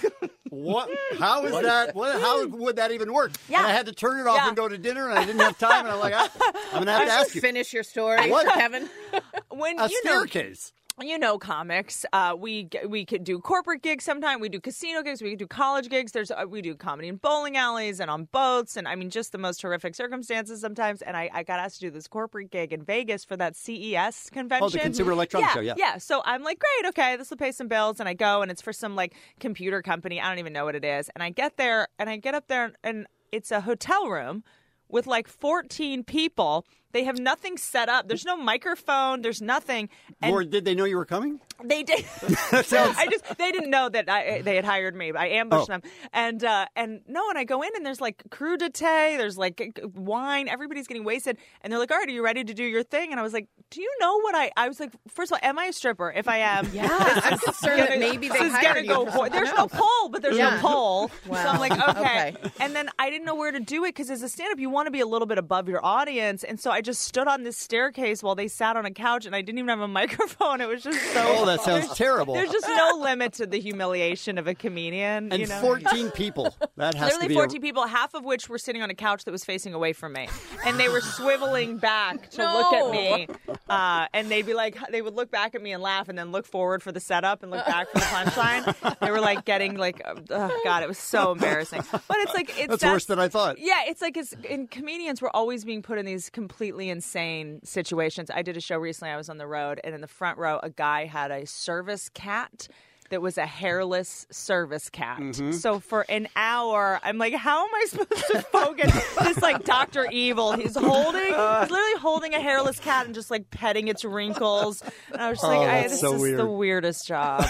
What? How is
What is
that?
that?
What? How
Hmm.
would that even work?"
Yeah.
And I had to turn it off
Yeah.
and go to dinner, and I didn't have time. And I'm like, "Ah." I, "I'm gonna have to
Just
ask you."
Finish your story,
What?
Kevin.
When
A
you
staircase.
Know, you know comics. Uh, we g- we could do corporate gigs sometime. We do casino gigs. We do college gigs. There's uh, we do comedy in bowling alleys and on boats and I mean just the most horrific circumstances sometimes. And I, I got asked to do this corporate gig in Vegas for that CES convention.
Oh, Consumer Electronics
yeah,
Show, yeah.
yeah. So I'm like, great, okay, this will pay some bills. And I go, and it's for some like computer company. I don't even know what it is. And I get there, and I get up there, and it's a hotel room with like 14 people. They have nothing set up. There's no microphone. There's nothing. And
or did they know you were coming?
they did. I just they didn't know that I, they had hired me. I ambushed
Oh.
them, and uh, and no, and I go in and there's like crudité, there's like g- wine. Everybody's getting wasted, and they're like, "All right, are you ready to do your thing?" And I was like, "Do you know what I?" I was like, first of all, am I a stripper? If I am, yeah,
I'm concerned that maybe they
this is
hired you
gonna go.
for
hor-
something
there's
else.
no pole, but there's
Yeah.
no pole. So I'm like,
Wow.
okay.
Okay.
And then I didn't know where to do it because as a stand-up, you want to be a little bit above your audience, and so I just stood on this staircase while they sat on a couch, and I didn't even have a microphone. It was just so.
Oh, that sounds terrible.
There's just no limit to the humiliation of a comedian.
And
you know?
14 people. That has to
Literally
be.
14 people, half of which were sitting on a couch that was facing away from me. And they were swiveling back to look at
No.
me. Uh, and they'd be like, they would look back at me and laugh and then look forward for the setup and look back for the punchline. they were like getting like, uh, oh, God, it was so embarrassing. But it's like, it's
That's worse than I thought.
yeah, it's like it's in comedians we're always being put in these completely insane situations. I did a show recently. I was on the road, and in the front row, a guy had a service cat that was a hairless service cat.
Mm-hmm.
So for an hour, I'm like, how am I supposed to focus? this like Doctor Evil. He's holding, he's literally holding a hairless cat and just like petting its wrinkles. And I was just
Oh,
like, I,
that's
this
so
is
weird.
the weirdest job.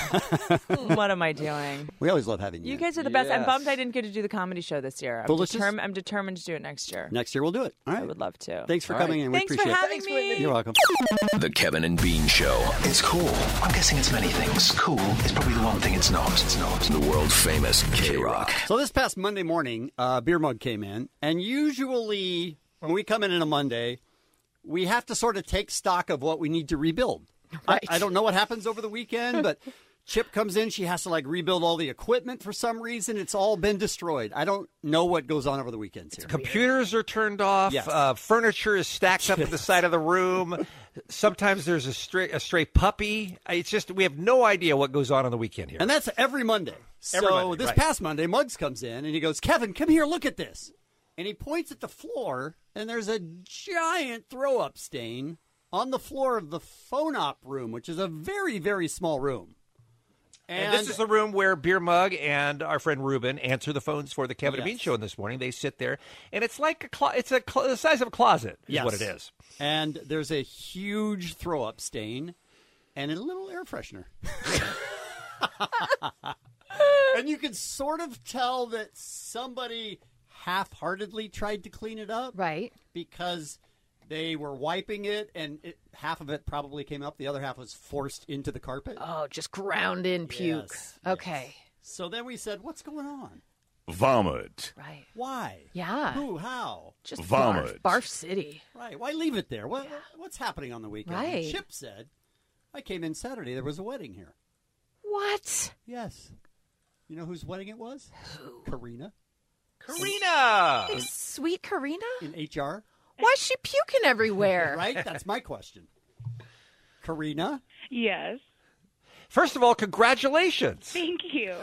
what am I doing?
We always love having you.
You guys are the best. I'm bummed I didn't get to do the comedy show this year. I'm,
Delicious.
determined. I'm determined to do it next year.
Next year we'll do it. All right. I would
love to.
Thanks for
All
coming
right.
in.
Thanks
we
for
appreciate
having
it.
me. Whitney.
You're welcome.
The Kevin and Bean Show. It's cool. I'm guessing it's many things. Cool is probably the one thing it's not. It's not. The world famous K Rock.
So this past Monday morning, uh, Beer Mug came in, and usually when we come in on a Monday, we have to sort of take stock of what we need to rebuild. I, I don't know what happens over the weekend, but Chip comes in. She has to like rebuild all the equipment for some reason. It's all been destroyed. I don't know what goes on over the weekends here.
Computers are turned off.
Yes.
Uh, furniture is stacked up at the side of the room. Sometimes there's a stray, a stray puppy. Uh, It's just we have no idea what goes on on the weekend here.
And that's every Monday. So
Monday,
this
right.
past Monday, Muggs comes in and he goes, Kevin, come here, look at this. And he points at the floor, and there's a giant throw up stain on the floor of the phone op room, which is a very, very small room.
And, this is the room where Beer Mug and our friend Ruben answer the phones for the Kevin and Bean Show this morning. They sit there, and it's like a clo- it's a clo- the size of a closet is
Yes.
what it is.
And there's a huge throw up stain and a little air freshener. and you can sort of tell that somebody half heartedly tried to clean it up.
Right.
Because they were wiping it and it, half of it probably came up, the other half was forced into the carpet.
Oh, just ground in puke. Okay.
So then we said, what's going on?
Vomit.
Right.
Why?
Yeah.
Who? How?
Just
Vomit.
Barf, barf City.
Right. Why leave it there? What, What's happening on the weekend?
Right.
Chip said, I came in Saturday. There was a wedding here.
What?
Yes. You know whose wedding it was? Who? Karina.
Karina!
Sweet Karina?
In HR?
Why's she puking everywhere?
right? That's my question. Karina?
Yes.
First of all, congratulations.
Thank you.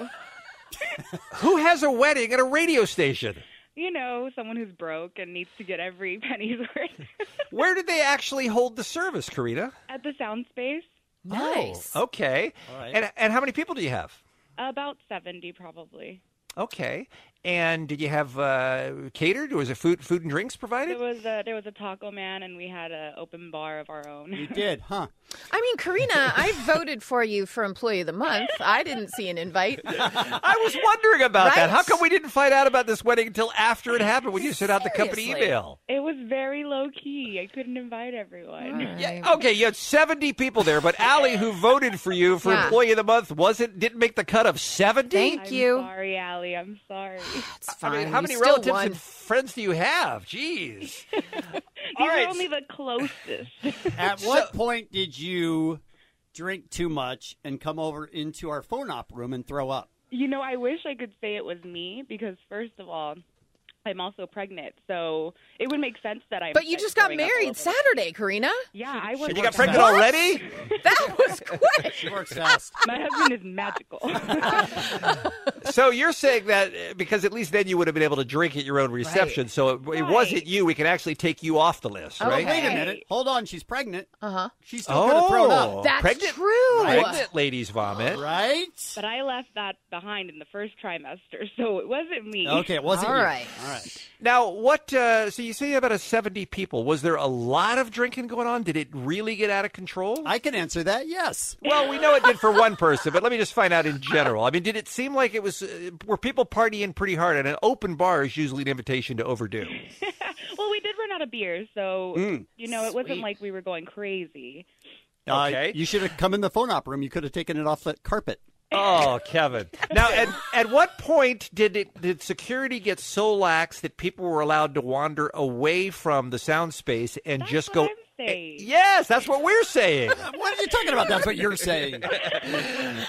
Who has a wedding at a radio station?
You know, someone who's broke and needs to get every penny's worth
Where did they actually hold the service, Karina?
at the sound space.
Oh, okay.
right.
And and how many people do you have?
About 70, probably.
Okay. And did you have uh, catered? Was it food food and drinks provided?
There was a, there was a taco man, and we had an open bar of our own. You
did, huh?
I mean, Karina, I voted for you for Employee of the Month. I didn't see an invite.
I was wondering about that.
Right?
How come we didn't find out about this wedding until after it happened when you sent out the company
Seriously.
email?
It was very low key. I couldn't invite everyone.
Yeah, okay, you had 70 people there, but Allie, who voted for you for
Yeah.
Employee of the Month, wasn't didn't make the cut of 70?
I'm Sorry, Allie. I'm sorry. It's
I mean, how many relatives and friends do you have? Jeez.
These
right.
are only the closest.
At what point did you drink too much and come over into our phone op room and throw up?
You know, I wish I could say it was me because, first of all, I'm also pregnant, so it would make sense that I'm.
But you just got married Saturday, Karina.
Yeah, I was.
And you got pregnant already?
That was quick.
she works fast.
My husband is magical.
so you're saying that uh, because at least then you would have been able to drink at your own reception. So it, it wasn't you. We can actually take you off the list,
Oh,
right?
wait a minute. Hold on. She's pregnant.
Uh huh.
She's still could have thrown
Oh,
up.
That's pregnant- true. pregnant ladies vomit.
Right?
But I left that behind in the first trimester, so it wasn't me.
you. Now, what? Uh, so you say about a seventy people. Was there a lot of drinking going on? Did it really get out of control?
I can answer that. Yes.
Well, we know it did for one person, but let me just find out in general. I mean, did it seem like it was? Uh, were people partying pretty hard? And an open bar is usually an invitation to overdo.
Well, we did run out of beer, so
Mm.
you know it wasn't
Sweet.
like we were going crazy.
Uh, you should have come in the phone op room. You could have taken it off that carpet.
Oh, Kevin. Now, at, at what point did it did security get so lax that people were allowed to wander away from the sound space and just go?
Say,
Yes, that's what we're saying.
what are you talking about? That's what you're saying.
I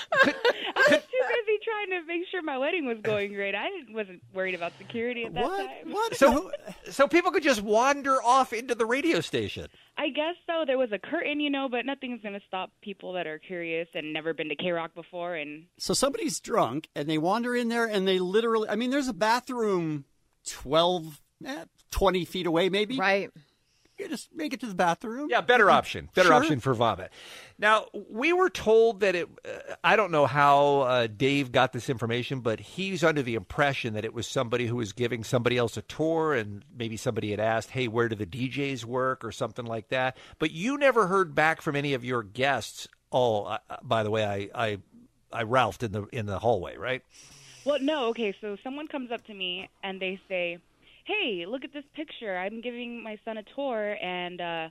was too busy trying to make sure my wedding was going great. I didn't, wasn't worried about security at that time.
So, so people could just wander off into the radio station.
I guess so. There was a curtain, you know, but nothing's going to stop people that are curious and never been to K Rock before. And
So somebody's drunk and they wander in there and they literally, I mean, there's a bathroom 12, eh, 20 feet away, maybe.
Right.
You just make it to the bathroom. Mm-hmm.
Yeah, better option. Better
Sure.
option for vomit. Now, we were told that it, uh, I don't know how uh, Dave got this information, but he's under the impression that it was somebody who was giving somebody else a tour and maybe somebody had asked, hey, where do the DJs work or something like that. But you never heard back from any of your guests. Oh, uh, uh, by the way, I. I I Ralphed in the in the hallway, right?
well, no, okay. So someone comes up to me and they say, "Hey, look at this picture. I'm giving my son a tour, and uh,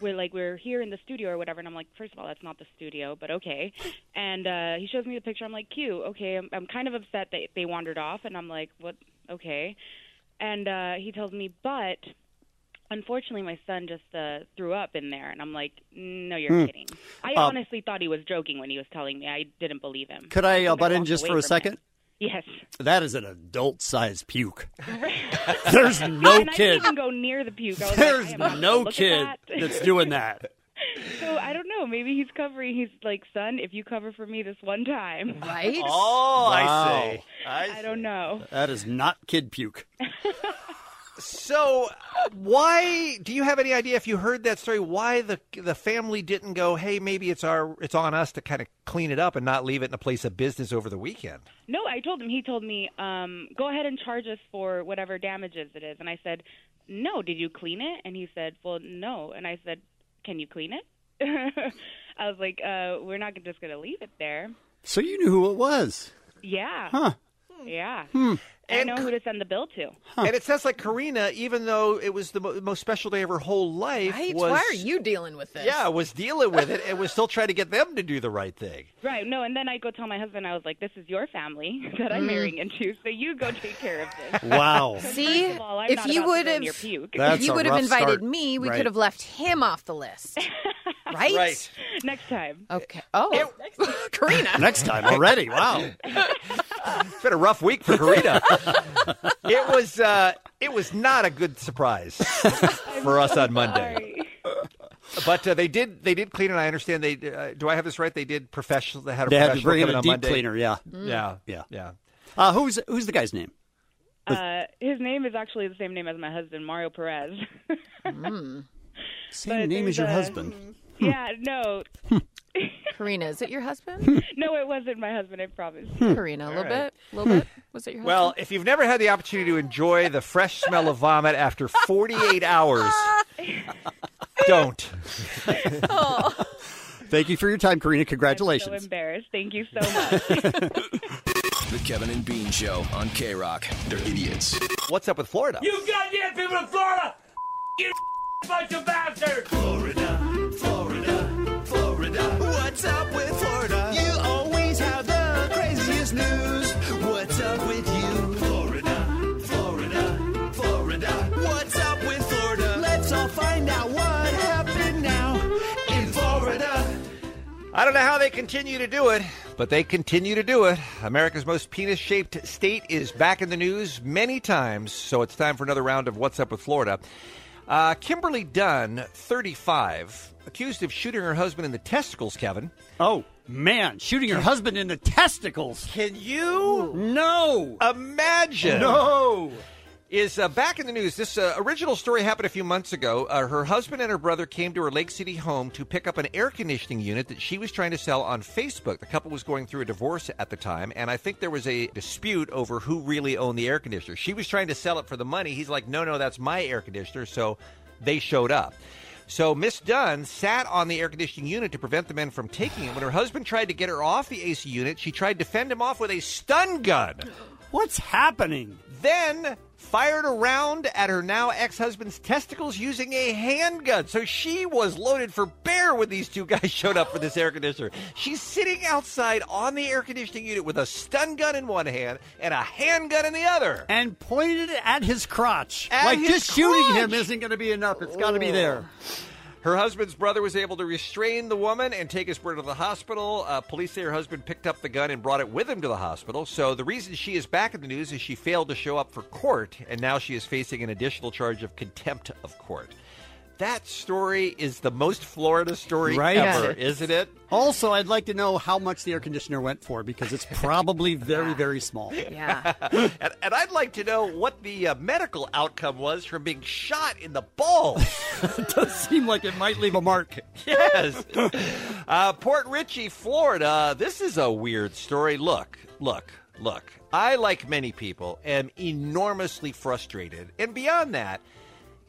we're like we're here in the studio or whatever." And I'm like, first of all, that's not the studio, but okay." And uh, he shows me the picture. I'm like, "Cute, okay." I'm, I'm kind of upset that they wandered off, and I'm like, "What? Okay." And uh, he tells me, "But." Unfortunately, my son just uh, threw up in there, and I'm like, "No, you're
Hmm.
kidding." I
Um,
honestly thought he was joking when he was telling me. I didn't believe him.
Could I uh,
think
butt in
walked
just
away
for a
from it.
second?
Yes.
That is an adult sized puke. There's no
and I
kid.
didn't even go near the puke. I was like, I
There's
am not gonna
no
look at
kid
that.
that's doing that.
so I don't know. Maybe he's covering. He's like, son, if you cover for me this one time,
right?
Oh, I Wow. see.
I, don't know.
That is not kid puke.
So, why do you have any idea if you heard that story? Why the the family didn't go? Hey, maybe it's our it's on us to kind of clean it up and not leave it in a place of business over the weekend.
No, I told him. He told me, um, go ahead and charge us for whatever damages it is. And I said, no, did you clean it? And he said, well, no. And I said, can you clean it? I was like, uh, we're not just going to leave it there.
So you knew who it was.
Yeah.
Huh.
Yeah.
Hmm.
I know who to send the bill to.
And it sounds like Karina, even though it was the mo- most special day of her whole life,
Right?
was
Why are you dealing with this?
yeah was dealing with it and was still trying to get them to do the right thing.
Right. No, and then I go tell my husband, I was like, this is your family that I'm
Mm.
marrying into, so you go take care of this.
Wow.
So
See,
first of all, I'm
if
not
you
about to
would
ruin
have,
your puke.
if you would have invited me, we
Right.
could have left him off the list, right?
Right. Next time.
Okay. Oh, Karina.
Next time already. Wow.
It's been a rough week for Karina. it was uh, it was not a good surprise for us on Monday. But uh, they did they did clean it. I understand they uh, do. I have this right? They did professional. They had a
They had to
professional
bring
come
in a
on
deep
Monday.
cleaner, yeah. Mm.
yeah,
Yeah.
yeah.
Uh, who's who's the guy's name?
Uh, his name is actually the same name as my husband, Mario Perez.
Mm.
Same
But
name as
there's
your
a-
husband.
yeah, no,
Karina, is it your husband?
no, it wasn't my husband. I promise.
Karina, a little bit, a little bit. Was it your
Hmm. Well, if you've never had the opportunity to enjoy the fresh smell of vomit after 48 hours, don't.
Thank you for your time, Karina.
Oh. So
Congratulations.
embarrassed. Thank you so much.
The Kevin and Bean Show on K Rock. They're idiots.
What's up with Florida?
You goddamn people in Florida! You bunch of bastards! Florida, Florida, Florida. What's up with Florida? You always have the craziest news. What's up with you? Florida, Florida, Florida. What's up with Florida? Let's all find out what happened now in Florida.
I don't know how they continue to do it, but they continue to do it. America's most penis shaped state is back in the news many times, so it's time for another round of What's Up with Florida. Uh, Kimberly Dunn, 35, accused of shooting her husband in the testicles, Kevin.
Oh, man, shooting her husband in the testicles.
Can you?
No.
Imagine.
No.
Is uh, back in the news. This uh, original story happened a few months ago. Uh, her husband and her brother came to her Lake City home to pick up an air conditioning unit that she was trying to sell on Facebook. The couple was going through a divorce at the time, and I think there was a dispute over who really owned the air conditioner. She was trying to sell it for the money. He's like, no, no, that's my air conditioner. So they showed up. So Miss Dunn sat on the air conditioning unit to prevent the men from taking it. When her husband tried to get her off the AC unit, she tried to fend him off with a stun gun.
What's happening?
Then fired a round at her now ex-husband's testicles using a handgun. So she was loaded for bear when these two guys showed up for this air conditioner. She's sitting outside on the air conditioning unit with a stun gun in one hand and a handgun in the other.
And pointed it at his crotch.
At
like
his
just shooting him
crotch.
isn't going to be enough. It's got to be there.
Her husband's brother was able to restrain the woman and take his brother to the hospital. Uh, police say her husband picked up the gun and brought it with him to the hospital. So the reason she is back in the news is she failed to show up for court, and now she is facing an additional charge of contempt of court. That story is the most Florida story
Right?
ever, isn't it?
Also, I'd like to know how much the air conditioner went for because it's probably very, very small.
Yeah. and, and I'd like to know what the uh, medical outcome was from being shot in the balls.
it does seem like it might leave a mark.
yes. Uh, Port Richey, Florida. This is a weird story. Look, look, look. I, like many people, am enormously frustrated and beyond that,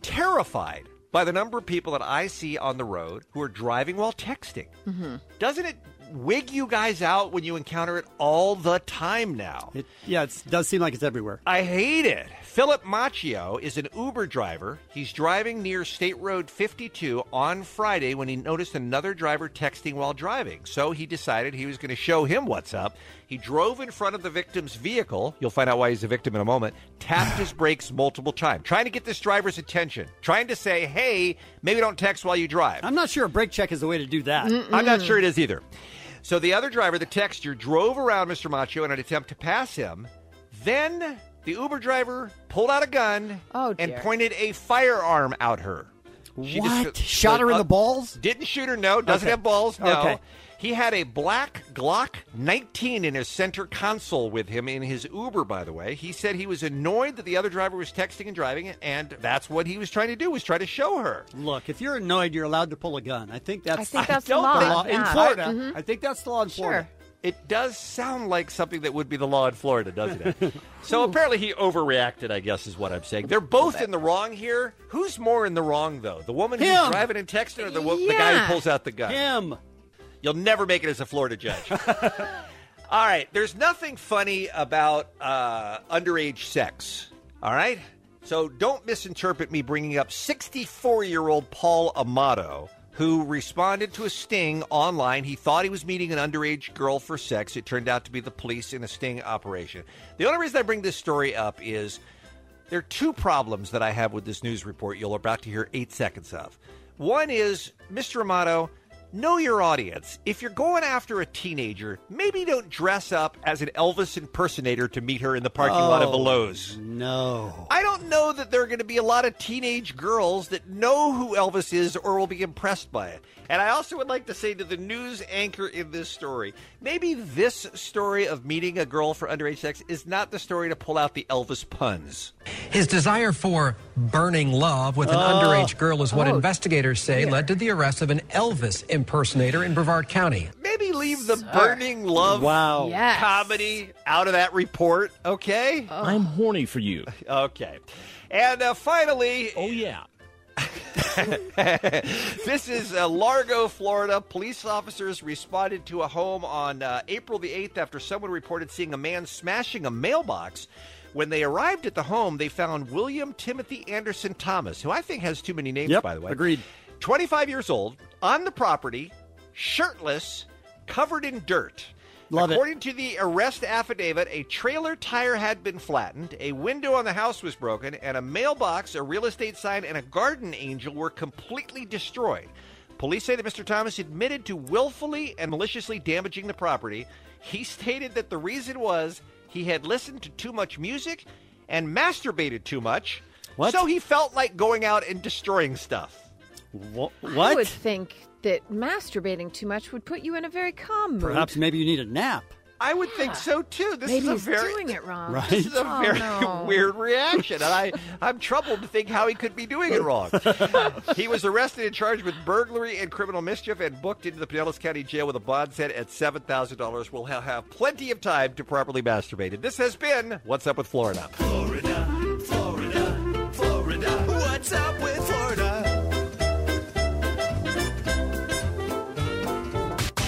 terrified by the number of people that I see on the road who are driving while texting.
Mm-hmm.
Doesn't it wig you guys out when you encounter it all the time now?
It, yeah, it does seem like it's everywhere.
I hate it. Philip Macchio is an Uber driver. He's driving near State Road 52 on Friday when he noticed another driver texting while driving. So he decided he was going to show him what's up. He drove in front of the victim's vehicle. You'll find out why he's a victim in a moment. Tapped his brakes multiple times, trying to get this driver's attention, trying to say, hey, maybe don't text while you drive.
I'm not sure a brake check is the way to do that.
I'm not sure it is either. So the other driver, the texter, drove around Mr. Macho in an attempt to pass him. Then the Uber driver pulled out a gun and
dear.
pointed a firearm at her.
What? Shot her in the balls?
uh, Didn't shoot her, no. Doesn't
Okay.
have balls, no.
Okay.
He had a black Glock 19 in his center console with him in his Uber, by the way. He said he was annoyed that the other driver was texting and driving, and that's what he was trying to do, was try to show her.
Look, if you're annoyed, you're allowed to pull a gun. I think that's
I think that's the don't law. think-
in
yeah.
Florida.
Mhm.
I think that's the law in Florida.
It does sound like something that would be the law in Florida, doesn't it? so apparently he overreacted, I guess, is what I'm saying. They're both in the wrong here. Who's more in the wrong, though? The woman who's
Him.
driving and texting or the, wo- the guy
Yeah.
who pulls out the gun?
Him.
You'll never make it as a Florida judge. all right. There's nothing funny about uh, underage sex. All right. So don't misinterpret me bringing up 64 year old Paul Amato, who responded to a sting online. He thought he was meeting an underage girl for sex. It turned out to be the police in a sting operation. The only reason I bring this story up is there are two problems that I have with this news report you're about to hear eight seconds of. One is, Mr. Amato, know your audience. If you're going after a teenager, maybe don't dress up as an Elvis impersonator to meet her in the parking lot of a
Oh,
Lowe's.
No.
I don't know that there are going to be a lot of teenage girls that know who Elvis is or will be impressed by it. And I also would like to say to the news anchor in this story maybe this story of meeting a girl for underage sex is not the story to pull out the Elvis puns.
His desire for burning love with an
Oh.
underage girl is what
Oh,
investigators say
dear.
led to the arrest of an Elvis impersonator in Brevard County.
Maybe leave the burning love
Wow. Yes.
comedy out of that report, okay?
Oh.
I'm horny for you.
Okay. And uh, finally. Oh,
yeah.
this is uh, Largo, Florida. Police officers responded to a home on uh, April the 8th after someone reported seeing a man smashing a mailbox. When they arrived at the home, they found William Timothy Anderson Thomas, who I think has too many names,
Yep,
by the way.
agreed.
25 years old, on the property, shirtless, covered in dirt.
Love it.
According to the arrest affidavit, a trailer tire had been flattened, a window on the house was broken, and a mailbox, a real estate sign, and a garden angel were completely destroyed. Police say that Mr. Thomas admitted to willfully and maliciously damaging the property. He stated that the reason was he had listened to too much music and masturbated too much, so he felt like going out and destroying stuff.
What?
I would think that masturbating too much would put you in a very calm mood.
Perhaps maybe you need a nap.
I would think so too. This
Maybe
is a
he's
very
doing it wrong.
Right.
This is a
Oh,
very
no.
weird reaction, and I I'm troubled to think how he could be doing it wrong. he was arrested and charged with burglary and criminal mischief, and booked into the Pinellas County Jail with a bond set at seven thousand dollars. We'll ha- have plenty of time to properly masturbate. And this has been what's up with Florida.
Florida, Florida, Florida. What's up with Florida?